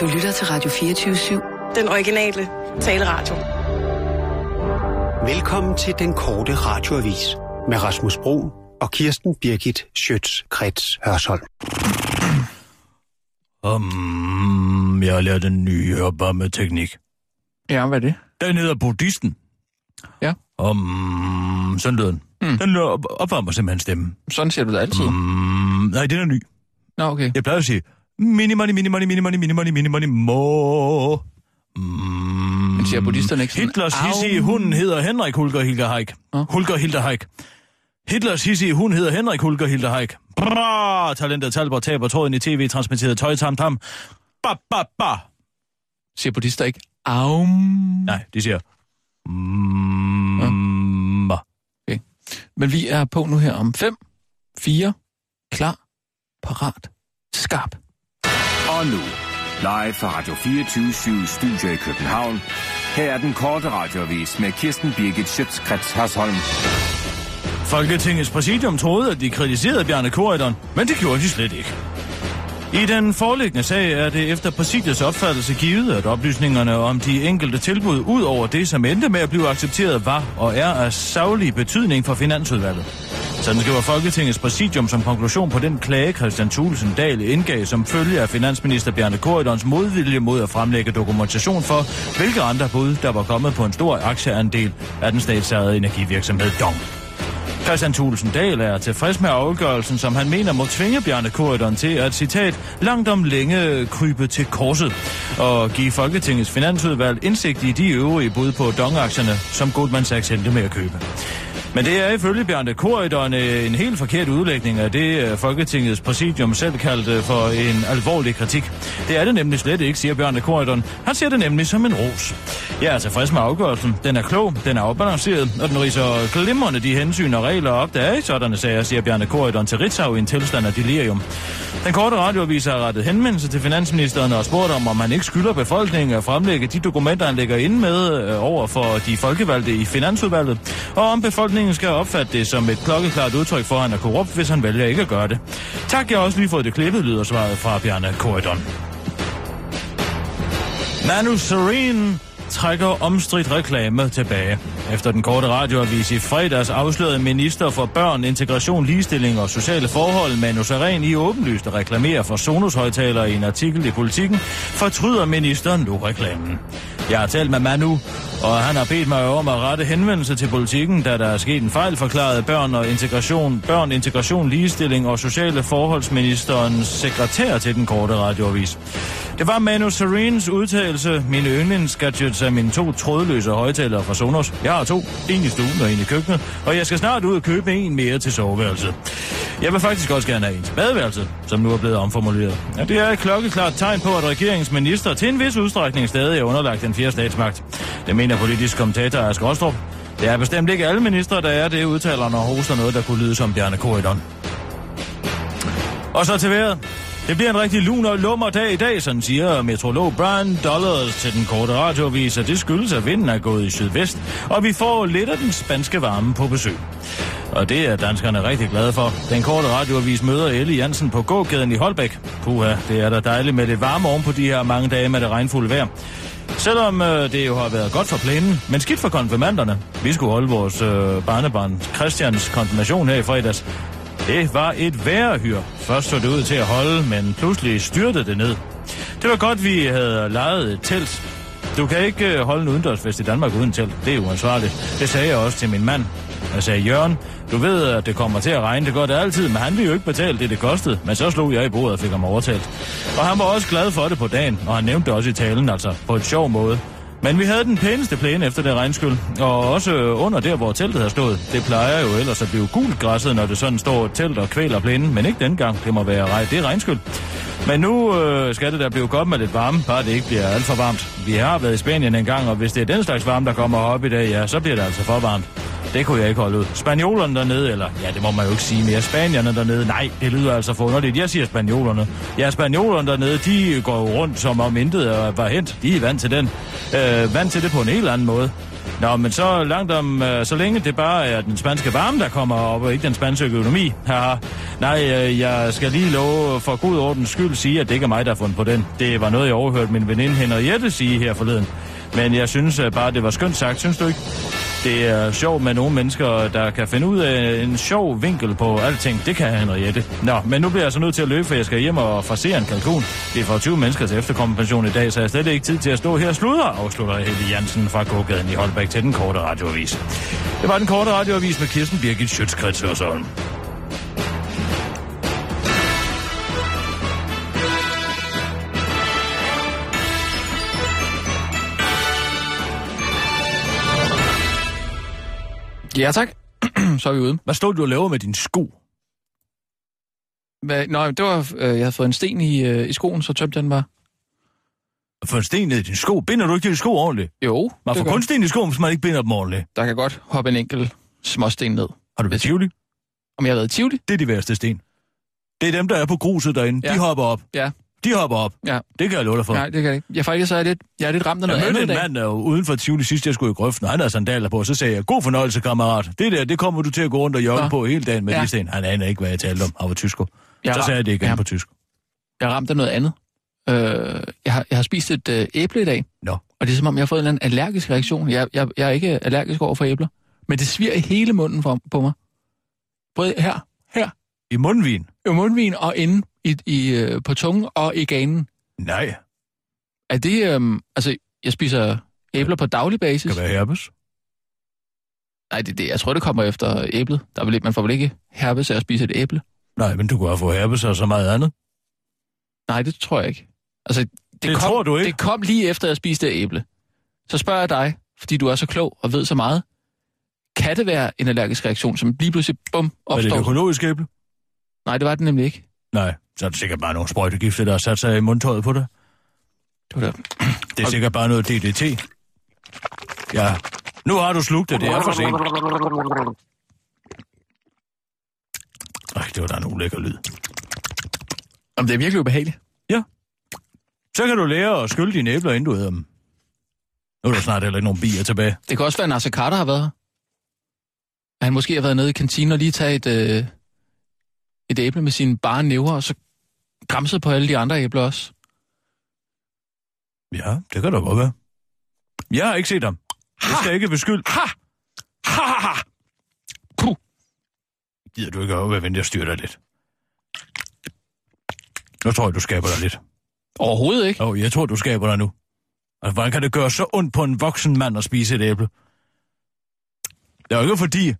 Du lytter til Radio 24-7. Den originale taleradio. Velkommen til den korte radioavis med Rasmus Bro og Kirsten Birgit Schøtz-Krets Hørsholm. Um, jeg har lært en ny hørbar med teknik. Ja, hvad er det? Den hedder buddhisten. Ja. Hmm. Um, sådan lyder den. Mm. Den op- opvarmer simpelthen stemmen. Sådan siger du det altid. Mm. Mm, nej, den er ny. Nå, okay. Jeg plejer at sige, mini, money, mini, money, mini, money, mini, money, mini, money, mo. Mm, Men siger buddhisterne ikke sådan, Hitlers "Au"? hissige hund hedder Henrik Hulker Hilger Heik. Nå. Hulker Hilger Heik. Hitlers hissige hund hedder Henrik Hulker Hilger Heik. Bra! Talentet Talbot taber tråden i tv-transmitteret tøj tam tam. Ba, ba, ba. Siger buddhister ikke, aum. Nej, de siger... 嗯 Mm, Men vi er på nu her om 5, 4, klar, parat, skarp. Og nu, live fra Radio 24 Studio i København. Her er den korte radiovis med Kirsten Birgit Schøtzgrads Hasholm. Folketingets præsidium troede, at de kritiserede Bjarne Korydon, men det gjorde de slet ikke. I den foreliggende sag er det efter præsidiets opfattelse givet, at oplysningerne om de enkelte tilbud ud over det, som endte med at blive accepteret, var og er af savlig betydning for Finansudvalget. Sådan skriver Folketingets præsidium som konklusion på den klage, Christian Thulesen Dahl indgav som følge af finansminister Bjarne Korydons modvilje mod at fremlægge dokumentation for, hvilke andre bud, der var kommet på en stor aktieandel af den statsejede energivirksomhed Dong. Christian Thulesen Dahl er tilfreds med afgørelsen, som han mener må tvinge Bjarne Korydon til at, citat, langt om længe krybe til korset og give Folketingets finansudvalg indsigt i de øvrige bud på dongaktierne, som Goldman Sachs endte med at købe. Men det er ifølge Bjarne Korydon øh, en helt forkert udlægning af det, øh, Folketingets præsidium selv kaldte for en alvorlig kritik. Det er det nemlig slet ikke, siger Bjarne Korydon. Han ser det nemlig som en ros. altså, Jeg er tilfreds med afgørelsen. Den er klog, den er afbalanceret, og den riser glimrende de hensyn og regler op, der er i sådanne sager, siger Bjarne Korydon til Ritzau i en tilstand af delirium. Den korte radioavis har rettet henvendelse til finansministeren og spurgt om, om han ikke skylder befolkningen at fremlægge de dokumenter, han lægger ind med øh, over for de folkevalgte i finansudvalget, og om befolkningen skal opfatte det som et klokkeklart udtryk for, at han er korrupt, hvis han vælger ikke at gøre det. Tak, jeg har også lige fået det klippet, lyder svaret fra Bjarne Korydon. Manu Serene trækker omstridt reklame tilbage. Efter den korte radioavis i fredags afslørede minister for børn, integration, ligestilling og sociale forhold Manu Serene i åbenlyst at reklamere for Sonos-højtalere i en artikel i Politiken, fortryder ministeren nu reklamen. Jeg har talt med Manu, og han har bedt mig om at rette henvendelse til politikken, da der er sket en fejl, forklarede børn og integration, børn, integration, ligestilling og sociale forholdsministerens sekretær til den korte radioavis. Det var Manu Serenes udtalelse, mine yndlingsgadgets er mine to trådløse højtalere fra Sonos. Jeg har to, en i stuen og en i køkkenet, og jeg skal snart ud og købe en mere til soveværelset. Jeg vil faktisk også gerne have en til badeværelset, som nu er blevet omformuleret. Ja, det er et klokkeklart tegn på, at regeringens minister til en vis udstrækning stadig er underlagt den fjerde statsmagt. Det mener politisk kommentator Ask Rostrup. Det er bestemt ikke alle ministre, der er det, udtaler når hoster noget, der kunne lyde som Bjarne Korydon. Og så til vejret. Det bliver en rigtig lun og lummer dag i dag, sådan siger meteorolog Brian Dollars til den korte radiovis, og det skyldes, at vinden er gået i sydvest, og vi får lidt af den spanske varme på besøg. Og det er danskerne rigtig glade for. Den korte radioavis møder Elle Jansen på gågaden i Holbæk. Puha, det er da dejligt med lidt varme oven på de her mange dage med det regnfulde vejr. Selvom øh, det jo har været godt for planen, men skidt for konfirmanderne. Vi skulle holde vores øh, barnebarn Christians konfirmation her i fredags. Det var et værrehyr. Først så det ud til at holde, men pludselig styrtede det ned. Det var godt, vi havde lejet et telt. Du kan ikke øh, holde en udendørsfest i Danmark uden telt. Det er uansvarligt. Det sagde jeg også til min mand. Jeg sagde, Jørgen, du ved, at det kommer til at regne. Det gør det altid, men han ville jo ikke betale det, det kostede. Men så slog jeg i bordet og fik ham overtalt. Og han var også glad for det på dagen, og han nævnte det også i talen, altså på en sjov måde. Men vi havde den pæneste plæne efter det regnskyld, og også under der, hvor teltet har stået. Det plejer jo ellers at blive gult græsset, når det sådan står et telt og kvæler plænen, men ikke dengang. Det må være rej. Det er regnskyld. Men nu øh, skal det da blive godt med lidt varme, bare det ikke bliver alt for varmt. Vi har været i Spanien en gang, og hvis det er den slags varme, der kommer op i dag, ja, så bliver det altså for varmt. Det kunne jeg ikke holde ud. Spanjolerne dernede, eller ja, det må man jo ikke sige mere. Spanierne dernede, nej, det lyder altså for underligt. Jeg siger spanjolerne. Ja, spanjolerne dernede, de går jo rundt som om intet øh, var hent. De er vant til den. Øh, vant til det på en helt anden måde. Nå, men så langt om, øh, så længe det bare er den spanske varme, der kommer op, og ikke den spanske økonomi. Haha. Nej, øh, jeg skal lige love for god ordens skyld sige, at det ikke er mig, der har fundet på den. Det var noget, jeg overhørte min veninde Henriette sige her forleden. Men jeg synes øh, bare, det var skønt sagt, synes du ikke? Det er sjovt med nogle mennesker, der kan finde ud af en sjov vinkel på alting. Det kan Henriette. Nå, men nu bliver jeg så nødt til at løbe, for jeg skal hjem og frasere en kalkun. Det er for 20 mennesker til efterkompension i dag, så jeg har slet ikke tid til at stå her og sludre, afslutter Helge Jansen fra gågaden i Holbæk til den korte radioavis. Det var den korte radioavis med Kirsten Birgit Schøtzgrads Hørsholm. Ja, tak. så er vi ude. Hvad stod du og lavede med din sko? Hvad, nej, det var, øh, jeg havde fået en sten i, øh, i skoen, så tømte jeg den bare. For en sten ned i din sko. Binder du ikke dine sko ordentligt? Jo, Man det får gør kun den. sten i skoen, hvis man ikke binder dem ordentligt. der kan godt hoppe en enkelt småsten ned. Har du været i Tivoli? Om jeg har været i Tivoli? Det er de værste sten. Det er dem, der er på gruset derinde. Ja. Ja. De hopper op. Ja. De hopper op. Ja. Det kan jeg love dig for. Nej, det kan jeg ikke. Jeg faktisk så er jeg lidt, jeg er lidt ramt af noget Jeg mødte andet en i dag. mand der var uden for Tivoli sidst, jeg skulle i grøften, og han havde sandaler på, og så sagde jeg, god fornøjelse, kammerat. Det der, det kommer du til at gå rundt og jogge Nå. på hele dagen med ja. Ja. de sten. Han anede ikke, hvad jeg talte om. Han var tysker. Jeg så er sagde jeg det igen Ja. ja. på tysk. Jeg er ramt af noget andet. Øh, jeg, har, jeg har spist et øh, æble i dag. Nå. Og det er som om, jeg har fået en eller anden allergisk reaktion. Jeg, jeg, jeg er ikke allergisk over for æbler. Men det sviger i hele munden for, på mig. Både her, her, I mundvin? i mundvin og inde i, i, øh, på tungen og i ganen. Nej, Er det, øhm, altså, jeg spiser æbler på daglig det basis. kan være herpes. Nej, det, det, jeg tror, det kommer efter æblet. Der er vel, ikke- man får vel ikke herpes af at spise et æble? Nej, men du kunne have fået herpes og så meget andet. Nej, det tror jeg ikke. Altså, det, Det kom, tror du ikke? Det kom lige efter, jeg spiste det æble. Så spørger jeg dig, fordi du er så klog og ved så meget. Kan det være en allergisk reaktion, som lige pludselig bum Var det opstår? et Det økologisk æble? Nej, det var det nemlig ikke. Nej, så er det sikkert bare nogle sprøjtegifte, der har sat sig i mundtøjet på dig. Det var det. Det er sikkert bare noget DDT. Ja, nu har du slugt det, det er for sent. Ej, det var da en ulækker lyd. Jamen, det er virkelig ubehageligt. Så kan du lære at skylde dine æbler, inden du æder dem. Nu er der snart heller ikke nogen bier tilbage. Det kan også være, at Nasser Carter har været her. At han måske har været nede i kantinen og lige taget et, øh, et æble med sine bare næver, og så græmset på alle de andre æbler også. Ja, det kan da godt være. Jeg har ikke set ham. Jeg skal ikke beskylde. Ha! Ha! ha, ha! Puh. Gider du ikke op, hvad jeg styrer dig lidt? Nu tror jeg, du skaber dig lidt. Overhovedet ikke. Jo, oh, jeg tror, du skaber dig nu. Altså, hvordan kan det gøre så ondt på en voksen mand at spise et æble? Det er jo ikke fordi,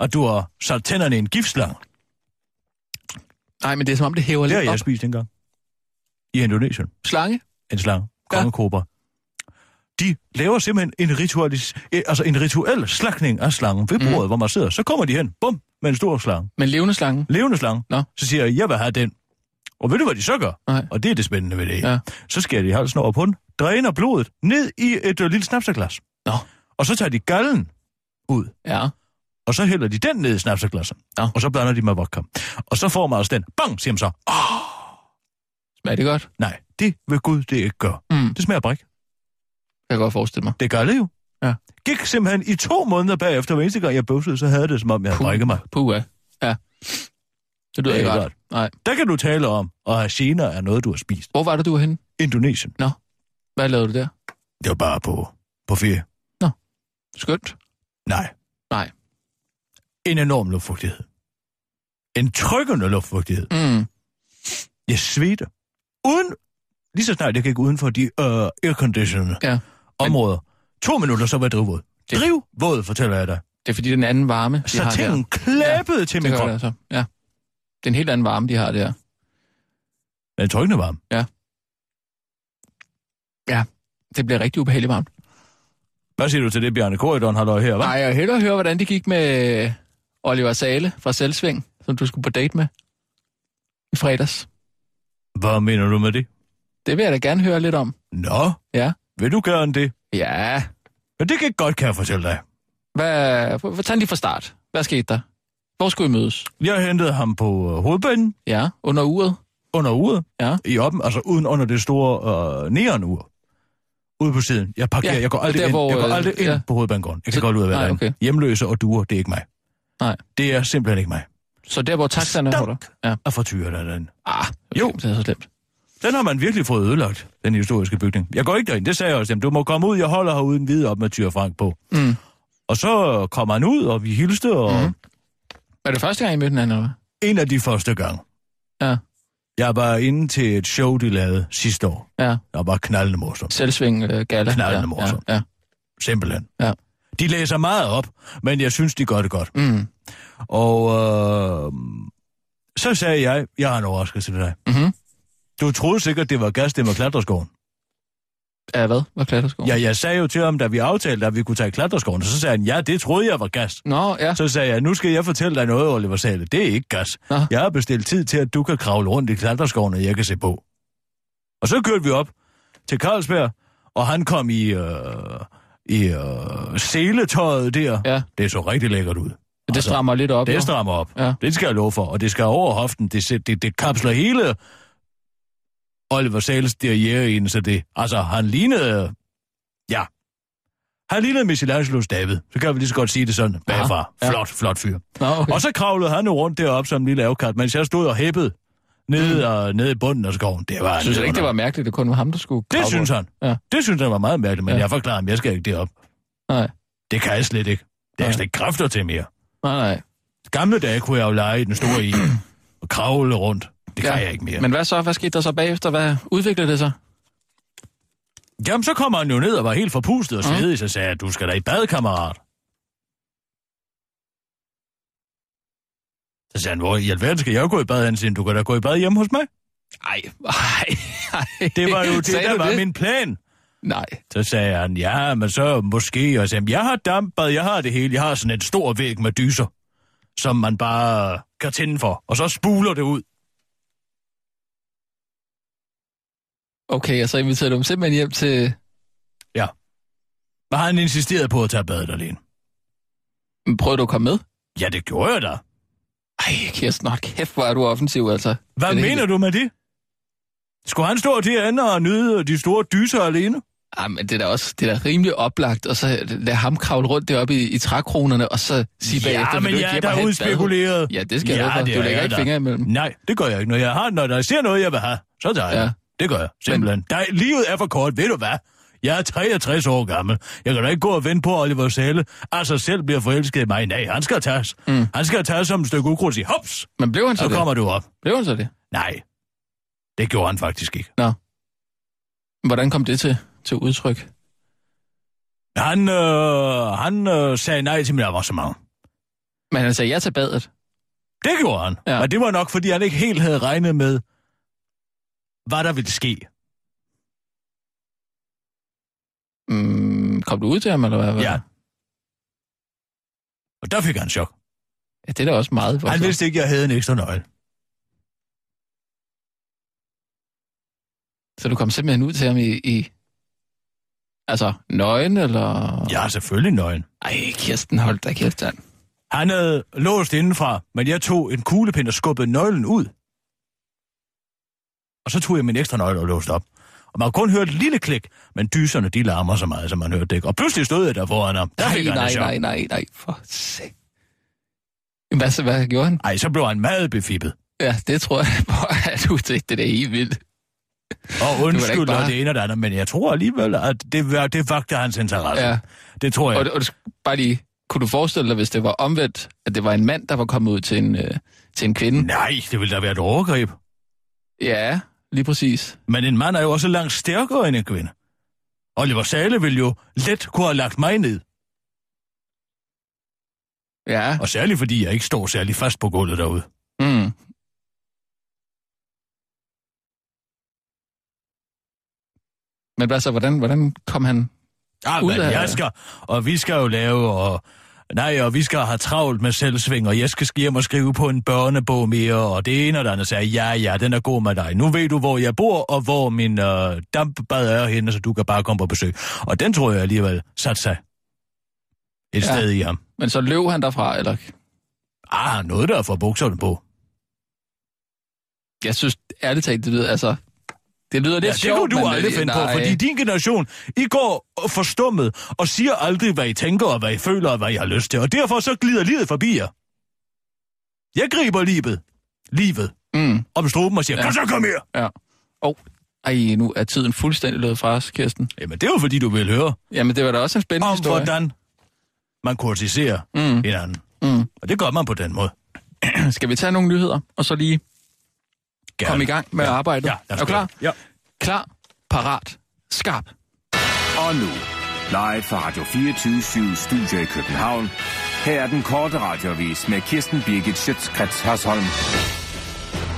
at du har sat tænderne i en giftslang. Nej, men det er som om, det hæver Det har lidt jeg op. spist engang. I Indonesien. Slange? En slange. Ja. Kongekobra. De laver simpelthen en, ritualis, eh, altså en rituel slagning af slangen ved bordet, mm. hvor man sidder. Så kommer de hen, bum, med en stor slange. Men levende slange? Levende slange. Nå. Så siger jeg, jeg vil have den. Og ved du, hvad de så gør? Nej. Og det er det spændende ved det. Ja. Så skærer de halsen over på den, dræner blodet ned i et øh, lille snapsaglas. Nå. Og så tager de gallen ud, Ja. og så hælder de den ned i snapsaglasset. Nå. Og så blander de med vodka. Og så får man altså den. Bang, siger man så. Oh, Smager det godt? nej, det vil Gud det ikke gøre. Mm. Det smager bræk. Kan jeg godt forestille mig. Det gør det jo. Ja. Gik simpelthen i to måneder bagefter, hver eneste gang jeg bøvsede, så havde det, som om jeg havde brækket mig. Puh, ja. ja. Det lyder Det er ikke ikke godt. Nej. Der kan du tale om, at have gener er noget, du har spist. Hvor var det, du var henne? Indonesien. Hvad lavede du der? Det var bare på, på ferie. Skønt. Nej. Nej. En enorm luftfugtighed. En trykkende luftfugtighed. Mm. Jeg svedte. Uden, lige så snart jeg gik uden for de øh, airconditionede Ja. områder. To minutter, så var jeg drivvåd. Det- Drivvåd, fortæller jeg dig. Det er fordi, den anden varme, de Så har der. tingen klæbede til Det min gør krop. det altså. Ja. Det er en helt anden varme, de har der. Den er trykkende varm. Det bliver rigtig ubehageligt varmt. Hvad siger du til det, Bjarne Korydon har løjet her, hva'? Nej, jeg vil hellere høre, hvordan det gik med Oliver Sale fra Selvsving, som du skulle på date med i fredags. Hvad mener du med det? Det vil jeg da gerne høre lidt om. Nå, Ja. vil du gerne det? Ja. Ja, det kan jeg godt, kan jeg fortælle dig. Hvad, hvor- tag den lige fra start. Hvad skete der? Hvor skulle I mødes? Jeg hentede ham på øh, hovedbanen Ja, under uret. under uret. Ja. I oppen, altså uden under det store øh, neonur. ude på siden. Jeg parkerer, Ja, ja, jeg går aldrig, der, der, hvor, hvor, ind, jeg går øh, aldrig ind ja. på hovedbanegården. Jeg kan Så- så, godt ud af nej, hverdagen. okay. Okay. Hjemløse og duer, det er ikke mig. Nej. Det er simpelthen ikke mig. Så der, hvor taxaerne Stank! holder? Ja. Og fortyrer der den. Ah, Jo. jo. Det er så slemt. Den har man virkelig fået ødelagt, den historiske bygning. Jeg går ikke derind, det sagde jeg også til ham. Du må komme ud, jeg holder her uden videre op med Tyre Frank på. Mm. Og så kom han ud, og vi hilste, og Mhm. mm. Var det første gang, I mødte hinanden, eller hvad? en af de første gange. Ja. Jeg var inde til et show, de lavede sidste år. Ja. Der var knaldende morsomt. Selvsving øh, Gala. Knaldende ja, morsom. Ja, ja. Simpelthen. Ja. De læser meget op, men jeg synes, de gør det godt. Mm. Og øh, så sagde jeg, jeg har en overraskelse til dig. Mhm. Du troede sikkert, det var gas, det var klatreskoven. Ja, hvad? Hvad klatreskoven? Ja, jeg sagde jo til ham, da vi aftalte, at vi kunne tage klatreskoven, så sagde han, ja, det troede jeg var gas. Nå, ja. Så sagde jeg, nu skal jeg fortælle dig noget, Oliver Sale. Det er ikke gas. Nå. Jeg har bestilt tid til, at du kan kravle rundt i klatreskoven, og jeg kan se på. Og så kørte vi op til Carlsberg, og han kom i, øh, i øh, seletøjet der. Ja. Det så rigtig lækkert ud. Men det Altså, strammer lidt op. jo. Det strammer op. Ja. Ja. Det skal jeg love for. Og det skal over hoften. Det, sæt- det, det kapsler hele Oliver Sales derriere ind, så det... Altså, han lignede... Ja. Han lignede Michelangelo's David. Så kan vi lige så godt sige det sådan. Bagfra. Ja. Ja. Flot, flot fyr. Nå, okay. Og så kravlede han jo rundt deroppe som en lille afkat, mens jeg stod og hæppede ned, og, ned i bunden af skoven. Det var Jeg Mm. synes ikke, det var mærkeligt, at det kun var ham, der skulle Det kravle synes rundt. han. Ja. Ja. Det synes han var meget mærkeligt, men Ja. ja. jeg forklarer ham, jeg skal ikke derop. Nej. Det kan jeg slet ikke. Det har Nej. jeg slet ikke kræfter til mere. Nej, nej. Gamle dage kunne jeg jo lege i den store i og kravle rundt. Det kan Ja, ja, jeg ikke mere. Men... Men hvad så? Hvad skete der så bagefter? Hvad udviklede det sig? Jamen, så kommer han jo ned og var helt forpustet og Mhm. svedig, så sagde jeg, du skal da i bad, kammerat. Så sagde han, hvor i alverden skal jeg gå i bad? Han siger, du kan da gå i bad hjemme hos mig. Nej, nej. Det var jo det, Sagde der du var det? min plan. Nej. Så sagde han, ja, men så måske. Og så jeg har dampbad, jeg har det hele. Jeg har sådan en stor væg med dyser, som man bare kan tænde for. Og så spuler det ud. Okay, og så inviterede du dem simpelthen hjem til... Og han insisterede på at tage badet alene. Men Prøvede du at komme med? Ja, det gjorde jeg da. Ej, Kirsten, hold kæft, hvor er du offensiv, altså. Hvad Det er det mener hele. du med det? Skulle han stå derinde og nyde de store dyser alene? Ej, Ah, men det er da også det er da rimelig oplagt, og så lade ham kravle rundt deroppe i, i trækronerne, og så sige ja, bagefter, men vil du ikke jeg er hjem og have da et badehus? udspekuleret. Ja, det skal jeg love for. det Du er lægger jeg ikke da. fingre imellem. Nej, det gør jeg ikke. Når, jeg har, når der ser noget, jeg vil have, så tager jeg Ja. ja. det. gør jeg, simpelthen. Men... Der, livet er for kort, ved du hvad? Jeg er 63 år gammel. Jeg kan da ikke gå og vente på at Oliver Sælle. Altså selv bliver forelsket i mig. Nej, han skal tages. Mm. Han skal tages som et stykke ukrudt og sige, hops, Men blev han så, så det? kommer du op. Blev han så det? Nej, det gjorde han faktisk ikke. Hvordan kom det til, til udtryk? Han, øh, han øh, sagde nej til mit avancement. Men han sagde ja til badet. Det gjorde han. Ja. Ja. Og det var nok, fordi han ikke helt havde regnet med, hvad der ville ske. Mm, kom du ud til ham, eller hvad? Ja. Og der fik han chok. ja det er da også meget. Han voldsomt. vidste ikke, jeg havde en ekstra nøgle. Så du kom simpelthen ud til ham i... i altså, nøgen, eller... Jeg har selvfølgelig nøglen. Ej, Kirsten, hold da kæft, mand. Han havde låst indenfra, men jeg tog en kuglepind og skubbede nøglen ud. Og så tog jeg min ekstra nøgle og låste op. Og man har kun hørt et lille klik, men dyserne de larmer så meget, som man hørte det ikke. Og pludselig stod jeg der foran ham. Der Nej, fik han nej, et chok. nej, nej, nej, for sat. Jamen, Hvad, så, hvad gjorde han? Ej, så blev han meget befippet. Ja, det tror jeg på, at du det, det er helt vildt. Og undskyld, bare- bare... det ene og det andet, men jeg tror alligevel, at det, var- det vagte hans interesse. Ja. Ja. Det tror jeg. Og, og du, sk- bare lige, kunne du forestille dig, hvis det var omvendt, at det var en mand, der var kommet ud til en, øh, til en kvinde? Nej, det ville da være et overgreb. Ja, lige præcis. Men en mand er jo også langt stærkere end en kvinde. Oliver Sale ville jo let kunne have lagt mig ned. Ja. Og særligt fordi jeg ikke står særlig fast på gulvet derude. Mm. Men hvad så, hvordan, hvordan kom han? Ah, Ud men af- jeg skal, og vi skal jo lave, og... Nej, og vi skal have travlt med selvsving, og jeg skal hjem og skrive på en børnebog mere, og det ene og det andet sagde, ja, ja, den er god med dig. Nu ved du, hvor jeg bor, og hvor min øh, dampbad er henne, så du kan bare komme på besøg. Og den tror jeg alligevel satte sig et Ja. ja. sted i ham. Men så løb han derfra, eller? Ah, noget der for bukserne på. Jeg synes, ærligt talt, det lyder, altså... Det Det lyder lidt Ja, det sjovt, kunne du men, aldrig øh, finde på, nej. fordi din generation, I går forstummet og siger aldrig, hvad I tænker og hvad I føler og hvad I har lyst til, og derfor så glider livet forbi jer. Jeg griber livet, livet Mm, om struben og siger, Ja. ja. kom så, kom her! ja. Og, ej, nu er tiden fuldstændig løbet fra os, Kirsten. Jamen, det er jo fordi, du vil høre Jamen, det var da også en spændende om, historie. hvordan man kurtiserer Mm. mm. hinanden. Mm. Og det gør man på den måde. Skal vi tage nogle nyheder, og så lige Gerne. komme i gang med arbejdet? Ja, lad os er du gøre klar? det. Ja. Klar, parat, skarp. Og nu, live fra Radio 24 Studio i København. Her er den korte radiovis med Kirsten Birgit Schøtzgrads Hasholm.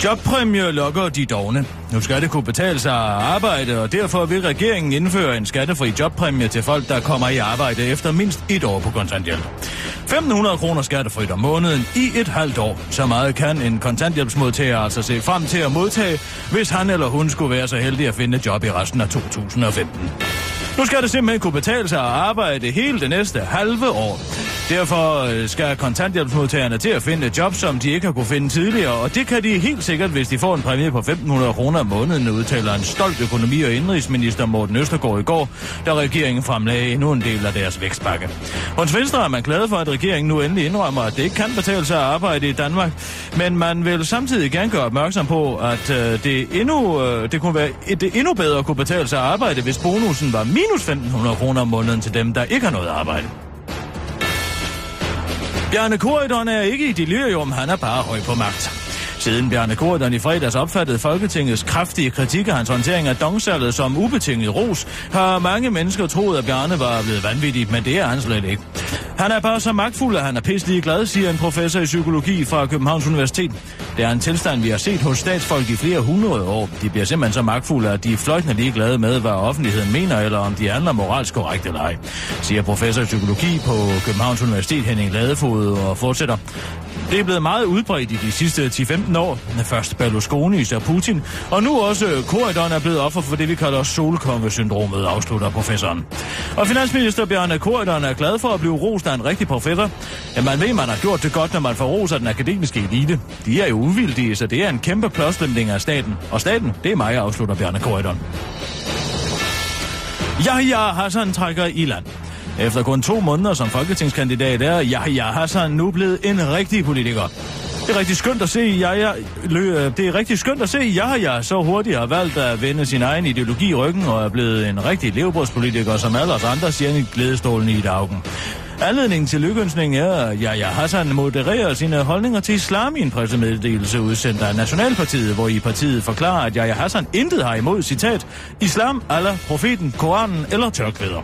Jobpræmier lokker de dogne. Nu skal det kunne betale sig at arbejde, og derfor vil regeringen indføre en skattefri jobpræmie til folk, der kommer i arbejde efter mindst et år på kontanthjælp. 1.500 kroner skattefrit om måneden i et halvt år. Så meget kan en kontanthjælpsmodtager altså se frem til at modtage, hvis han eller hun skulle være så heldig at finde et job i resten af 2015. Nu skal det simpelthen kunne betale sig at arbejde hele det næste halve år. Derfor øh, skal kontanthjælpsmodtagerne til at finde et job, som de ikke har kunne finde tidligere, og det kan de helt sikkert, hvis de får en præmie på 1.500 kroner om måneden, udtaler en stolt økonomi- og indrigsminister Morten Østergaard i går, da regeringen fremlagde endnu en del af deres vækstpakke. Hos Venstre er man glad for, at regeringen nu endelig indrømmer, at det ikke kan betale sig at arbejde i Danmark, men man vil samtidig gerne gøre opmærksom på, at øh, det, endnu, øh, det kunne være et, det endnu bedre kunne betale sig at arbejde, hvis bonusen var minus 1.500 kroner om måneden til dem, der ikke har noget arbejde. Bjarne Korydon er ikke i delirium, han er bare høj på magt. Siden Bjarne Korydon i fredags opfattede Folketingets kraftige kritik af hans håndtering af dongsalget som ubetinget ros, har mange mennesker troet, at Bjarne var blevet vanvittig, men det er han slet ikke. Han er bare så magtfuld, at han er pisselig glad, siger en professor i psykologi fra Københavns Universitet. Det er en tilstand, vi har set hos statsfolk i flere hundrede år. De bliver simpelthen så magtfulde, at de er fløjtende ligeglade med, hvad offentligheden mener, eller om de handler moralsk korrekt eller ej, siger professor i psykologi på Københavns Universitet Henning Ladefod og fortsætter. Det er blevet meget udbredt i de sidste 10-15 år. Først Berlusconi, så Putin, og nu også Corridon er blevet offer for det, vi kalder solkongesyndromet, afslutter professoren. Og finansminister Bjarne Corridon er glad for at blive rost af en rigtig professor. Ja, man ved, man har gjort det godt, når man får ros af den akademiske elite. De er jo uvildige, så det er en kæmpe plåstemning af staten. Og staten, det er mig, afslutter Bjarne Corridon. Yahya Hassan trækker i land. Efter kun to måneder som folketingskandidat er Yahya Hassan nu blevet en rigtig politiker. Det er rigtig skønt at se Yahya, lø, øh, det er rigtig skønt at se Yahya så hurtigt har valgt at vende sin egen ideologi i ryggen og er blevet en rigtig levebrødspolitiker, som alle os andre siger i glædestolen i dagen. Anledningen til lykønsningen er, at Yahya Hassan modererer sine holdninger til islam i en pressemeddelelse udsendt af Nationalpartiet, hvor i partiet forklarer, at Yahya Hassan intet har imod, citat, islam, Allah, profeten, Koranen eller tørklæder.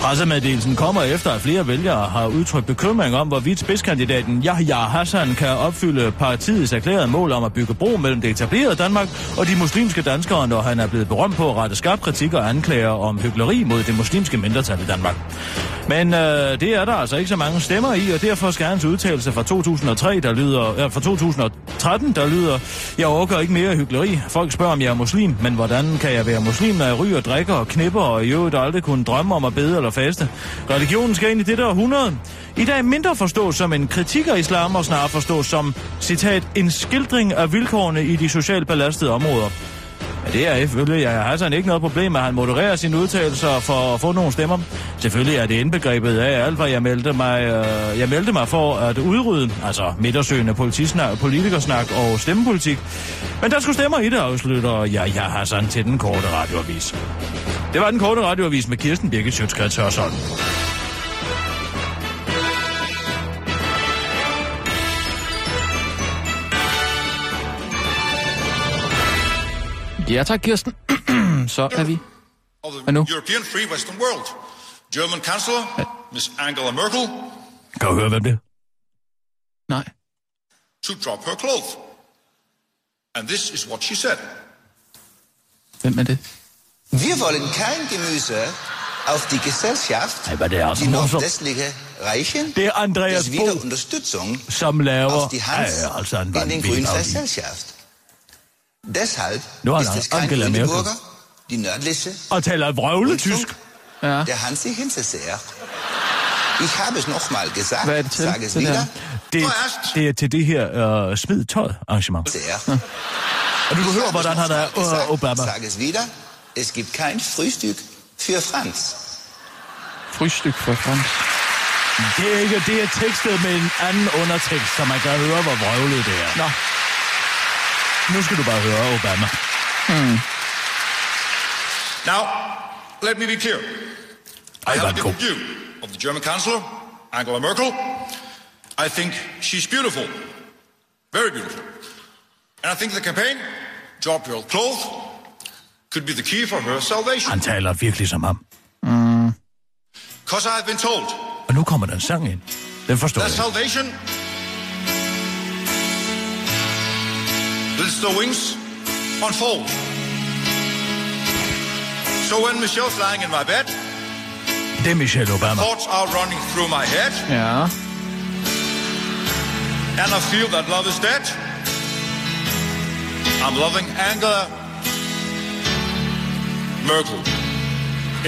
Pressemeddelelsen kommer efter, at flere vælgere har udtrykt bekymring om, hvorvidt spidskandidaten Yahya Hassan kan opfylde partiets erklærede mål om at bygge bro mellem det etablerede Danmark og de muslimske danskere, når han er blevet berømt på at rette skarp kritik og anklager om hykleri mod det muslimske mindretal i Danmark. Men øh, det er der altså ikke så mange stemmer i, og derfor skal hans udtalelse fra 2003, der lyder, øh, fra 2013, der lyder, jeg overgår ikke mere hykleri. Folk spørger, om jeg er muslim, men hvordan kan jeg være muslim, når jeg ryger, drikker og knipper, og i øvrigt aldrig kunne drømme om at bede eller faste? Religionen skal ind i det der århundrede. I dag mindre forstås som en kritik af islam, og snarere forstås som, citat, en skildring af vilkårene i de socialt belastede områder. Men det er ifølge jeg har sådan ikke noget problem med, at han modererer sine udtalelser for at få nogle stemmer. Selvfølgelig er det indbegrebet af alt, hvad jeg meldte mig, øh, jeg meldte mig for at udrydde, altså midtersøgende politisnak, politikersnak og stemmepolitik. Men der skulle stemmer i det, afslutter jeg, jeg har sådan til den korte radioavis. Det var den korte radioavis med Kirsten Birgit Sjøtskrets Hørsholm. Ja tak, Kirsten. så er vi. of the Hvad nu? European Free Western World. German Chancellor, Miss Angela Merkel, Kan du høre, hvem det er? Nej. to drop her clothes. And this is what she said. Hvem er det? Wir wollen kein Gemüse auf die Gesellschaft, Aber der die noch Außenminister- restliche Reichen, Der Andreas das wieder Bo- Unterstützung Som laver... auf die Hand Ja, also altså en in den vanvittig grünen avis. Gesellschaft. Deshalb Nur ist an- es kein Angela Merkel. Lüneburger, die nördliche Og taler vrøvletysk. Rundfunk, Ja. der Hansi Hinseseer. Ich habe es nochmal gesagt, Hvad er det til? sage es Det der. wieder, Det, det er til det her øh, smid tøj arrangement. sehr. Og du Ich kan høre, habe hvordan han es er nochmal gesagt, øh, Obama. Ich sage es wieder, es gibt kein Frühstück für Franz. Frühstück for Frans. Det er ikke, det er tekstet med en anden undertekst, så man kan høre, hvor vrøvlet det er. Nå, Nu skal du bare høre Obama. Now, let me be clear. I have a different view of the German Chancellor, Angela Merkel. I think she's beautiful. Very beautiful. And I think the campaign, Drop Your Clothes, could be the key for her salvation. Han taler virkelig som ham. Because I've been told Og nu kommer den sang ind. Den forstår that jeg. ikke. salvation lets the wings unfold. So when Michelle's lying in my bed, Det er Michelle Obama. thoughts are running through my head. ja. and I feel that love is dead. I'm loving Angela Merkel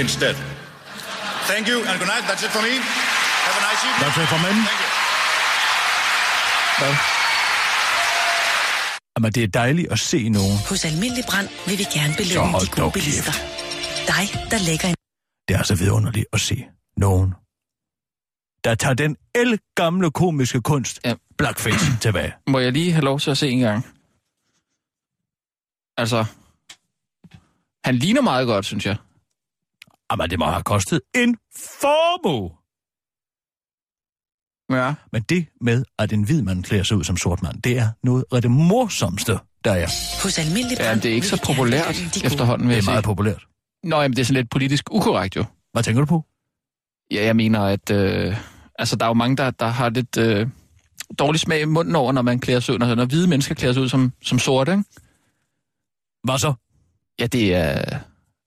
instead. Thank you and good night. That's it for me. Have a nice evening. Hvad for manden? Thank you. Hvad? Jamen, det er dejligt at se nogen. Hos Almindelig Brand vil vi gerne Så belønne hold de gode dog bilister. Dig, der lægger en Det er så vidunderligt at se nogen. Der tager den el gamle komiske kunst, Ja. ja. blackface, tilbage. Må jeg lige have lov til at se en gang? Altså, han ligner meget godt, synes jeg. Jamen, det må have kostet en formue. Ja. Men det med, at en hvid mand klæder sig ud som sort mand, det er noget af det morsomste, der er. Hos Almindelig ja Brand det er ikke vil så vi gerne populært belønne de gode. efterhånden, vil Det jeg er meget sige. populært. Nå, jamen, det er sådan lidt politisk ukorrekt jo. Hvad tænker du på? Ja, jeg mener, at øh, altså, der er jo mange, der, der har lidt øh, dårlig smag i munden over, når man klæder sig ud, når, når hvide mennesker klæder sig ud som, som sorte. Ikke? Hvad så? Ja, det er...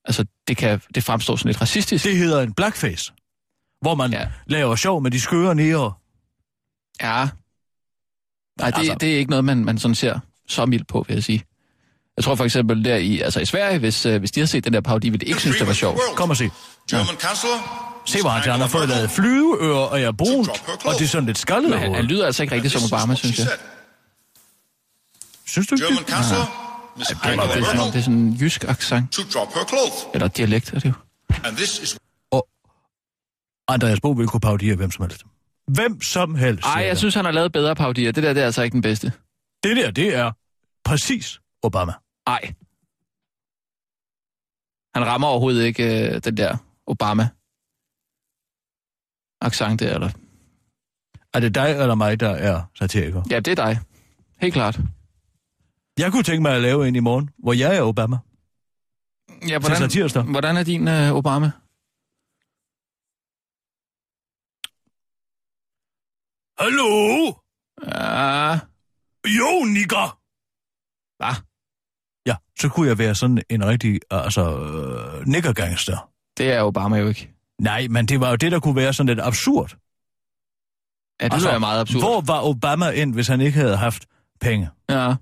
Altså, det, kan, det fremstår sådan lidt racistisk. Det hedder en blackface, hvor man Ja. ja. laver sjov med de skøre nære. Ja. Nej, det, altså... altså- det er ikke noget, man, man sådan ser så mildt på, vil jeg sige. Jeg tror for eksempel der i, altså i Sverige, hvis, øh, hvis de havde set den der parodi, ville de ikke synes, det var sjovt. Kom og se. German Chancellor. Se, hvor han, han har fået lavet flyveører og er brunt, og det er sådan lidt skaldet. Men han, han lyder altså ikke rigtig som Obama, synes jeg. Ah. Synes du ikke German det? Chancellor, Miss Det Angela er, sådan, det Merkel, er sådan en jysk accent, to drop her clothes. eller dialekt er det jo. And this is Andreas Bo vil kunne parodiere hvem som helst. Hvem som helst. Ej, siger jeg synes, han har lavet bedre parodier. Det der, det er altså ikke den bedste. Det der, det er præcis Obama. Ej. Han rammer overhovedet ikke øh, den der Obama accent der, eller... Er det dig eller mig, der er satiriker? Ja, det er dig. Helt klart. Jeg kunne tænke mig at lave en i morgen, hvor jeg er Obama. Ja, Til tirsdag. hvordan, hvordan er din øh, Obama? Hallo? Ja, Jo, nigger! Ah, Hva? Ja, så kunne jeg være sådan en rigtig, altså, øh, niggergangster. det er Obama jo ikke. Nej, men det var jo det, der kunne være sådan lidt absurd. Ja, det altså, er meget absurd. Hvor var Obama ind, hvis han ikke havde haft penge? Ja,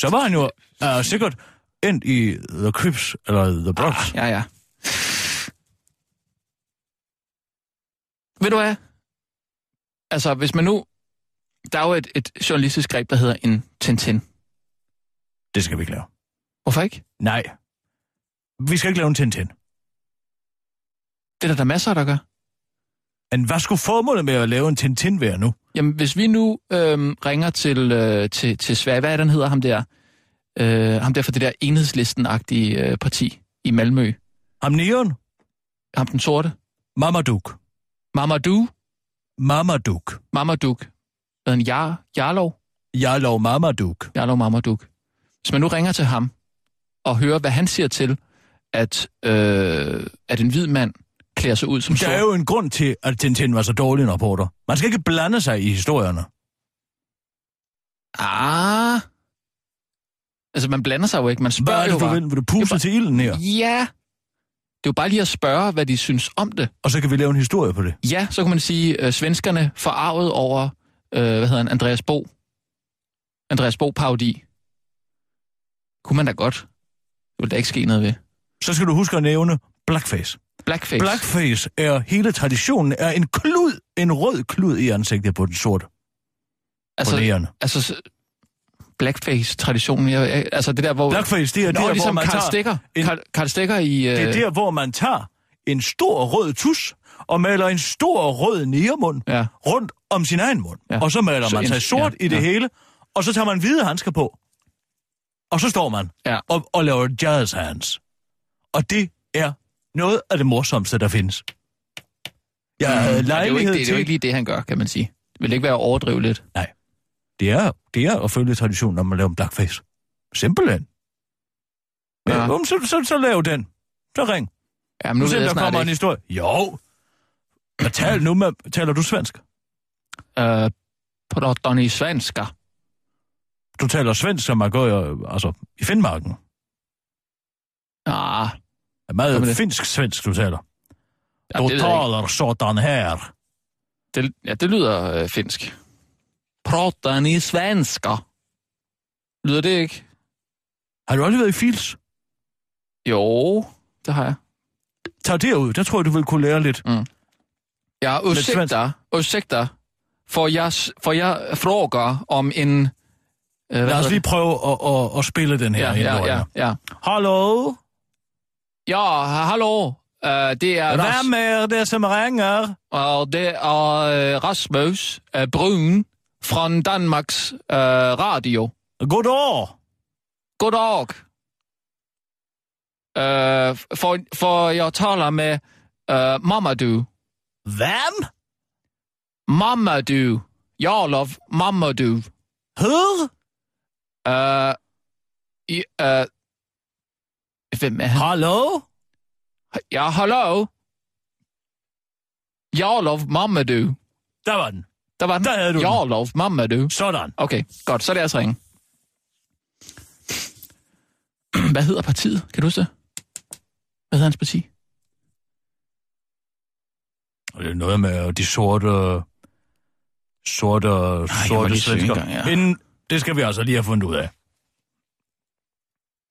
Så var han jo uh, sikkert endt i The Crips eller The Bronx. Ah, ja, ja. Ved du hvad? Altså, hvis man nu... Der er jo et, et journalistisk greb, der hedder en Tintin. det skal vi ikke lave. Hvorfor ikke? Nej. Vi skal ikke lave en Tintin. Det er der, der masser, der gør. Men hvad skulle formålet med at lave en Tintin være nu? Jamen, hvis vi nu øhm, ringer til, øh, til, til Sverige, hvad er den hedder ham der? Øh, ham der fra det der enhedslisten-agtige øh, parti i Malmø. Ham Neon? Ham den sorte. Mamaduk. Mamadou. Mamaduk. Mamadou. Hvad er han? Jar, Jarlov? Jeg lov Mamaduk. Jarlov Marmaduke. Hvis man nu ringer til ham og hører, hvad han siger til, at, øh, at en hvid mand klæder sig ud som Der er sort. jo en grund til, at Tintin var så dårlig en reporter. Man skal ikke blande sig i historierne. Ah. Altså, man blander sig jo ikke. Man Hvad spørger er det, jo du bare. vil? Vil du puste Det er til ilden her? Ja. Det er jo bare lige at spørge, hvad de synes om det. Og så kan vi lave en historie på det. Ja, så kan man sige, øh, svenskerne forarvet over, øh, hvad hedder han, Andreas Bo. Andreas Bo parodi. Kunne man da godt. Det ville da ikke ske noget ved. Så skal du huske at nævne blackface. Blackface. Blackface er hele traditionen, er en klud, en rød klud i ansigtet på den sorte. altså, Altså, altså, s- blackface-traditionen. Jeg, jeg, altså det der, hvor... Blackface, det er Nå, der, ligesom hvor man Karl tager Stikker. en- Karl, Karl Stikker i... Øh, Det er der, hvor man tager en stor rød tus og maler en stor rød nærmund Ja. rundt om sin egen mund. Ja. Ja. Og så maler Så man en- sig sort ja, i det ja. hele, og så tager man hvide handsker på. Og så står man Ja. og, og laver jazz hands. Og det er noget af det morsomste, der findes. Jeg havde Mm. det, er jo ikke, lejlighed det, det er jo ikke til... lige det, han gør, kan man sige. Det vil ikke være at overdrive lidt. Det er, det er at følge traditionen om at lave en blackface. Simpelthen. Ja. Ja. Ja, så, så, så lav den. Så ring. Ja, men nu Nu ved ser jeg der snart kommer en ikke. historie. Jo. Men tal nu med... Taler du svensk? Øh, på Donny Svensker. Du taler svensk, som man går i, altså, i Finnmarken. Ah, Det er Hvad med meget det? finsk-svensk, du taler. ja, du det, ved jeg ikke. taler sådan her. det, ja, det lyder øh, finsk. Pratar ni svensker? Lyder det ikke? Har du aldrig været i Fils? Jo, det har jeg. Tag derud. Der tror jeg, du vil kunne lære lidt. Ja, svensk. ursäkta, ursäkta. Får jeg, s- får jeg frågor om en... Øh, hvad Lad os hedder lige prøve at, at, at spille den det? her. ja, ja, ja, ja. Hallo? Ja, ha- hallo. Uh, det er Ras- Hvem er det, som ringer? og det er øh, Rasmus uh, Brun fra Danmarks uh, Radio. Goddag. Goddag. Uh, for, for jeg taler med uh, Mamadou. Hvem? Mamadou. Jarlov Mamadou. Hør? Uh, i, uh, hvem er han? Hallo? Ja, hallo? Jarlov Mamadou. Der var den. Der var den. Der havde du den. Jarlov Mamadou. Sådan. Okay, godt. Så er det altså ringe. Hvad hedder partiet? Kan du huske det? Hvad hedder hans parti? Og det er noget med de sorte... Sorte, Nej, jeg må sorte lige søge svensker. engang, ja. Inden, det skal vi altså lige have fundet ud af.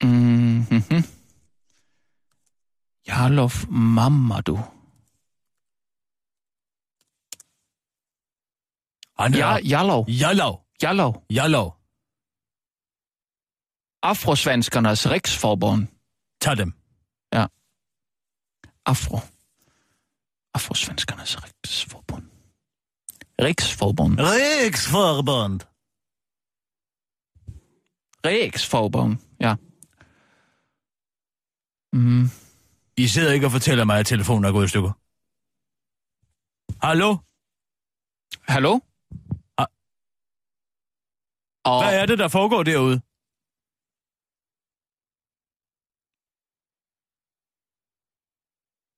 Mm-hmm. Jarlov Mamadou. Han Ja, er Jarlov. Jalov. Jarlov. Jalov. Afrosvanskernes Riksforbund. Tag dem. Afro. Afrosvanskernes Riksforbund. Riksforbund. Riksforbund. Riksforbund, ja. Mm. I sidder ikke og fortæller mig, at telefonen er gået i stykker. Hallo? Hallo? Ah. Og Hvad er det, der foregår derude?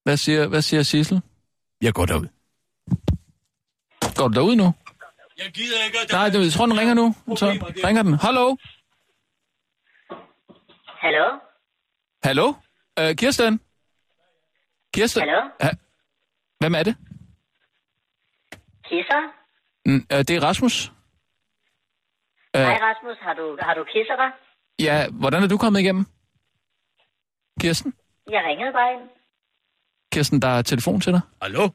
hvad siger, hvad siger Sissel? Jeg går derud. Går du derud nu? Jeg gider ikke, at Nej, det, jeg tror, den ringer nu. Så ringer den. Hallo? Hallo? Hallo? Øh, Kirsten? Kirsten? Hallo? Ha- Hvem er det? Kisser? Mm, øh, det er Rasmus. Ja. Hej Rasmus, har du, har du kisser dig? Ja, hvordan er du kommet igennem? Kirsten? Jeg ringede bare ind. Kirsten, der er telefon til dig. Hallo?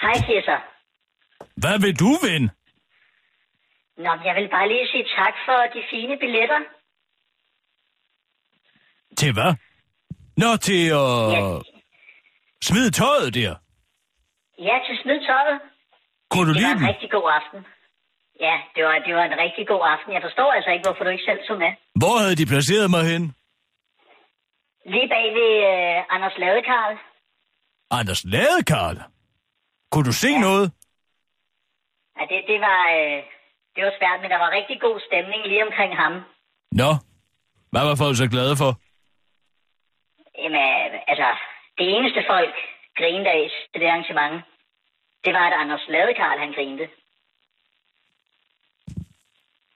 Hej kisser. Hvad vil du vinde? Nå, men jeg vil bare lige sige tak for de fine billetter. Til hvad? Nå, til at... Ja, Øh... Smid tøjet der. ja til snydtøjet. Kunne du Det var lide en den? rigtig god aften. Ja, det var, det var en rigtig god aften. Jeg forstår altså ikke, hvorfor du ikke selv tog med. Hvor havde de placeret mig hen? Lige bag ved øh, Anders Ladekarl. Anders Ladekarl. Kunne du se ja. noget? Ja, det, det var... Øh, det var svært, men der var rigtig god stemning lige omkring ham. Nå. Hvad var folk så glade for? Jamen, øh, altså, det eneste folk grinede af til det arrangement, det var, at Anders Ladekarl, han grinte.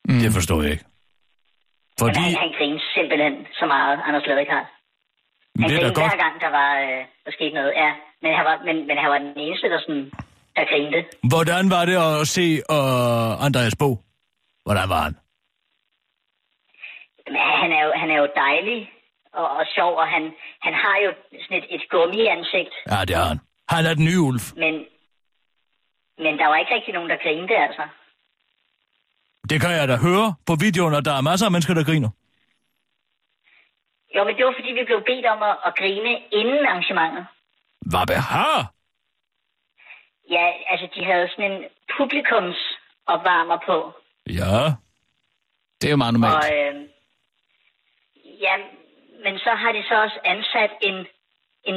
Mm. Det forstår jeg ikke. Fordi... Fordi Han, han griner simpelthen så meget, Anders Ladekarl. Han det er da griner godt. hver gang, der var øh, der skete noget. Ja, men han var, men, men han var den eneste, der, sådan, der grinte. Hvordan var det at se uh, Andreas Bo? Hvordan var han? Men han er jo, han er jo dejlig og, og sjov, og han, han har jo sådan et, et gummiansigt, Ja, det er han. Han er den nye ulv. men, men der var ikke rigtig nogen, der grinte, altså. Det kan jeg da høre på videoen, og der er masser af mennesker, der griner. Jo, men det var fordi, vi blev bedt om at, at grine inden arrangementet. Hvad behar? Ja, altså de havde sådan en publikumsopvarmer på. Ja, Det er jo meget Og normalt. øh, ja, men så har de så også ansat en, en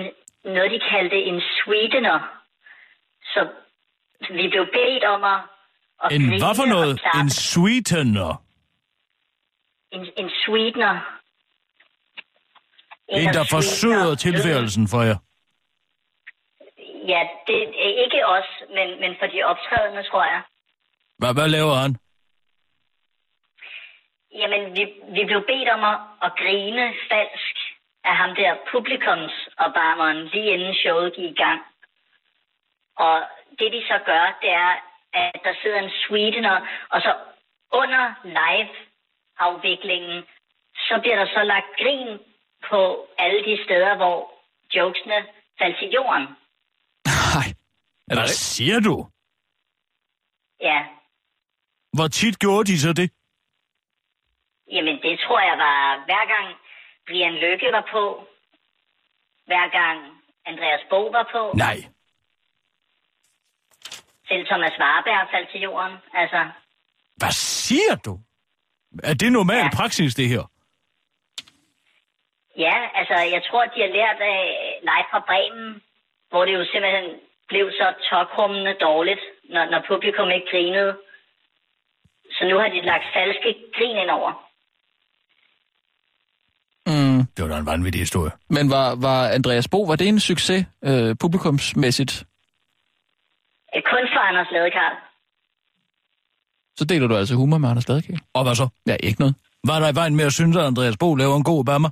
noget de kaldte en swedener. Så vi blev bedt om at, at en grine hvad for og noget? klappe. En sweetener. en, en sweetener. En, der sweetener forsøger øl. tilværelsen for jer. Ja, det er ikke os, men, men for de optrædende, tror jeg. Hvad, hvad laver han? Jamen, vi, vi blev bedt om at, at grine falsk af ham der publikumsopvarmeren, lige inden showet gik i gang. Og det de så gør, det er, at der sidder en sweetener, og så under live-afviklingen, så bliver der så lagt grin på alle de steder, hvor jokesene faldt til jorden. Nej. Er Hvad det rigtigt? siger du? Ja, Hvor tit gjorde de så det? Jamen, det tror jeg var hver gang Brian Lykke var på, hver gang Andreas Bo var på, Nej. Nej. selv Thomas Warberg faldt til jorden. Altså, Hvad siger du? Er det normal Ja. praksis, det her? ja, altså, jeg tror, de har lært af live fra Bremen, hvor det jo simpelthen blev så tokrummende dårligt, når, når publikum ikke grinede. Så nu har de lagt falske grin ind over. Mm. Det var da en vanvittig historie. Men var, var Andreas Bo, var det en succes øh, publikumsmæssigt? Øh, Kun for Anders Ladekarl. Så deler du altså humor med Anders Ladekæl. Og hvad så? Ja, ikke noget. Var der i vejen med at synes, at Andreas Bo laver en god Obama?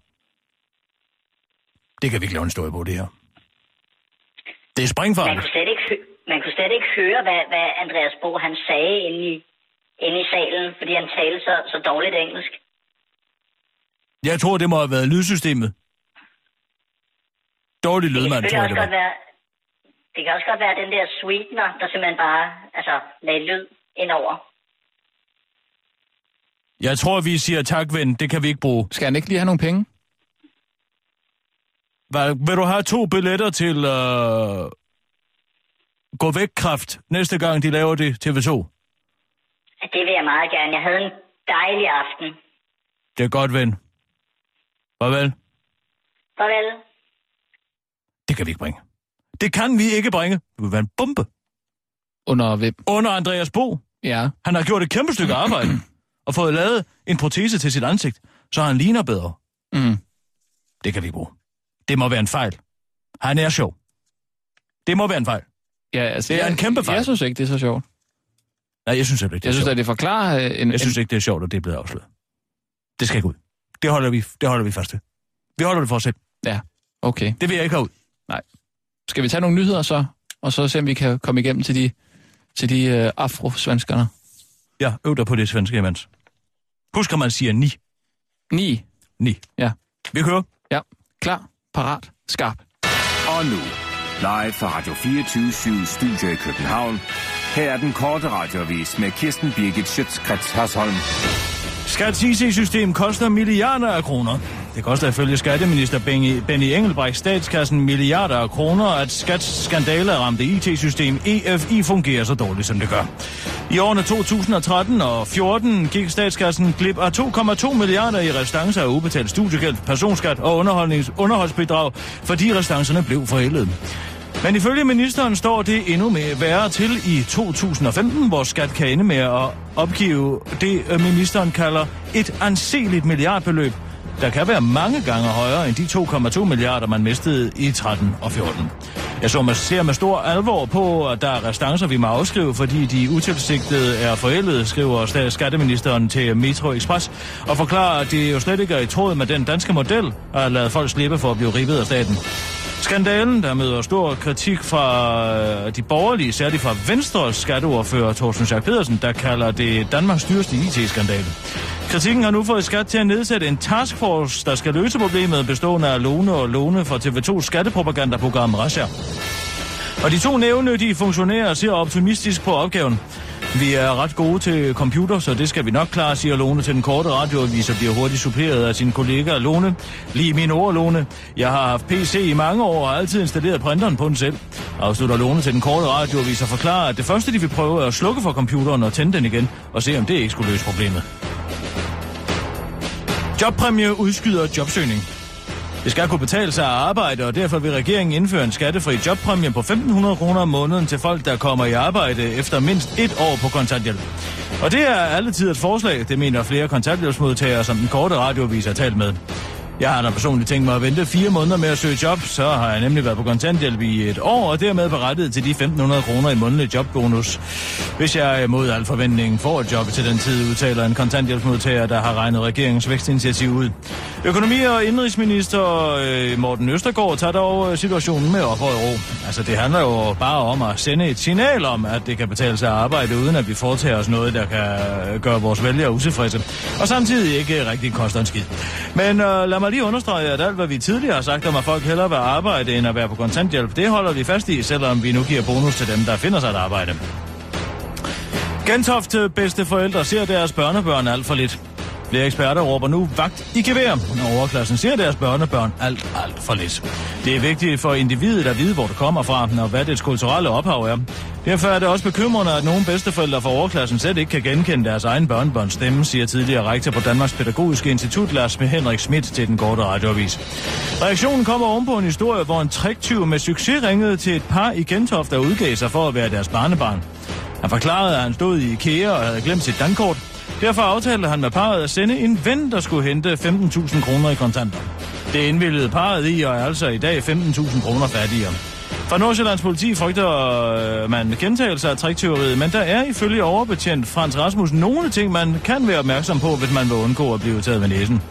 Det kan vi ikke lave en historie på, det her. Det er Man springfarligt. kunne slet ikke, hø- man kunne slet ikke høre, hvad, hvad Andreas Bo han sagde inde i, inde i salen, fordi han talte så, så dårligt engelsk. Jeg tror, det må have været lydsystemet. Dårlig Det kan, lydmand, tror selvfølgelig jeg, det også var. godt være, det kan også godt være den der sweetener, der simpelthen bare altså, lagde lyd indover. Jeg tror, vi siger tak, ven. Det kan vi ikke bruge. Skal han ikke lige have nogle penge? Hvad, vil du have to billetter til øh, Gå væk kraft næste gang, de laver det TV2? At Det vil jeg meget gerne. Jeg havde en dejlig aften. Det er godt, ven. Farvel. Farvel. Det kan vi ikke bringe. Det kan vi ikke bringe. Det vil være en bombe. Under hvem? Under Andreas Bo. Ja. Han har gjort et kæmpe stykke arbejde og fået lavet en protese til sit ansigt, så han ligner bedre. Mm. Det kan vi ikke bruge. Det må være en fejl. Han er sjov. Det må være en fejl. ja altså, Det er jeg- en kæmpe fejl. Jeg synes ikke, det er så sjovt. Nej, jeg synes heller ikke, det er Jeg synes, sjovt. at det forklarer øh, en... Jeg synes ikke, det er sjovt, at det er blevet afsløret. Det skal ikke ud. Det holder vi, det holder vi fast ved. Vi holder det for os selv. en... Okay. Det vil jeg ikke have ud. Skal vi tage nogle nyheder så? Og så se, om vi kan komme igennem til de, til de øh, afrosvenskerne. Jeg øv dig på det svenske imens. Husk, at man siger ni. Ni. Ni. Ja. Vi kører. Ja. Klar. Parat. Skarp. Og nu, live fra Radio 24 Studio i København. Her er den korte radiovis med Kirsten Birgit Schøtzgrads Hasholm. Skats IC-system koster milliarder af kroner. Det koster ifølge skatteminister Benny, Benny Engelbrecht statskassen milliarder af kroner, at Skats skandale ramte IT-system EFI fungerer så dårligt, som det gør. I årene 2013 og 14 gik statskassen glip af 2,2 milliarder i restancer af ubetalt studiegæld, personskat og underholdnings- underholdsbidrag, fordi restancerne blev forældet. Men ifølge ministeren står det endnu mere værre til i 2015, hvor skat kan ende med at opgive det, øh, ministeren kalder et anseligt milliardbeløb, der kan være mange gange højere end de 2,2 milliarder, man mistede i 13 og 14. Jeg så man ser med stor alvor på, at der er restancer, vi må afskrive, fordi de utilsigtede er forældede, skriver stats- skatteministeren til Metro Express, og forklarer, at det jo slet ikke er i tråd med den danske model at lade folk slippe for at blive ribbet af staten. Skandalen, der møder stor kritik fra øh, de borgerlige, særligt fra Venstres skatteordfører Thorsten Schack Pedersen, der kalder det Danmarks dyreste IT-skandale. Kritikken har nu fået skat til at nedsætte en taskforce, der skal løse problemet, bestående af Lone og Lone fra TV2's skattepropagandaprogram Rasha. Og de to nævnyttige funktionærer ser optimistisk på opgaven. Vi er ret gode til computer, så det skal vi nok klare, siger Lone til den korte radioavis og bliver hurtigt suppleret af sin kollega Lone. Lige mine ord, Lone. Jeg har haft PC i mange år og har altid installeret printeren på den selv. Afslutter Lone til den korte radioavis og forklarer, at det første, de vil prøve, er at slukke for computeren og tænde den igen og se, om det ikke skulle løse problemet. Jobpræmie udskyder jobsøgning. Det skal kunne betale sig at arbejde, og derfor vil regeringen indføre en skattefri jobpræmie på 1.500 kroner om måneden til folk, der kommer i arbejde efter mindst et år på kontanthjælp. Og det er altid et forslag, det mener flere kontanthjælpsmodtagere, som den korte radiovis har talt med. Jeg har da personligt tænkt mig at vente fire måneder med at søge job, så har jeg nemlig været på kontanthjælp i et år, og dermed berettiget til de 1.500 kroner i månedlig jobbonus. Hvis jeg mod al forventning får et job til den tid, udtaler en kontanthjælpsmodtager, der har regnet regeringens vækstinitiativ ud. Økonomi- og indrigsminister øh, Morten Østergaard tager dog øh, situationen med op og ro. Altså, det handler jo bare om at sende et signal om, at det kan betale sig at arbejde, uden at vi foretager os noget, der kan øh, gøre vores vælgere utilfredse. Og samtidig ikke øh, rigtig koster en skid. Men øh, lad mig lige understrege, at alt, hvad vi tidligere har sagt om, at folk hellere vil arbejde, end at være på kontanthjælp, det holder vi fast i, selvom vi nu giver bonus til dem, der finder sig et arbejde. Gentofte bedsteforældre ser deres børnebørn alt for lidt. Flere eksperter råber nu vagt i gevær, når overklassen ser deres børnebørn alt, alt for lidt. Det er vigtigt for individet at vide, hvor det kommer fra, og hvad dets kulturelle ophav er. Derfor er det også bekymrende, at nogle bedsteforældre fra overklassen slet ikke kan genkende deres egen børnebørns stemme, siger tidligere rektor på Danmarks Pædagogiske Institut, Lars Henrik Schmidt, til den korte radioavis. Reaktionen kommer ovenpå en historie, hvor en triktyv med succes ringede til et par i Gentofte og udgav sig for at være deres barnebarn. Han forklarede, at han stod i IKEA og havde glemt sit dankort. Derfor aftalte han med parret at sende en ven, der skulle hente 15.000 kroner i kontanter. Det indvilligede parret i og er altså i dag 15.000 kroner fattigere. Fra Nordsjællands politi frygter øh, man gentagelser af triktyveriet, men der er ifølge overbetjent Frans Rasmus nogle ting, man kan være opmærksom på, hvis man vil undgå at blive taget ved næsen.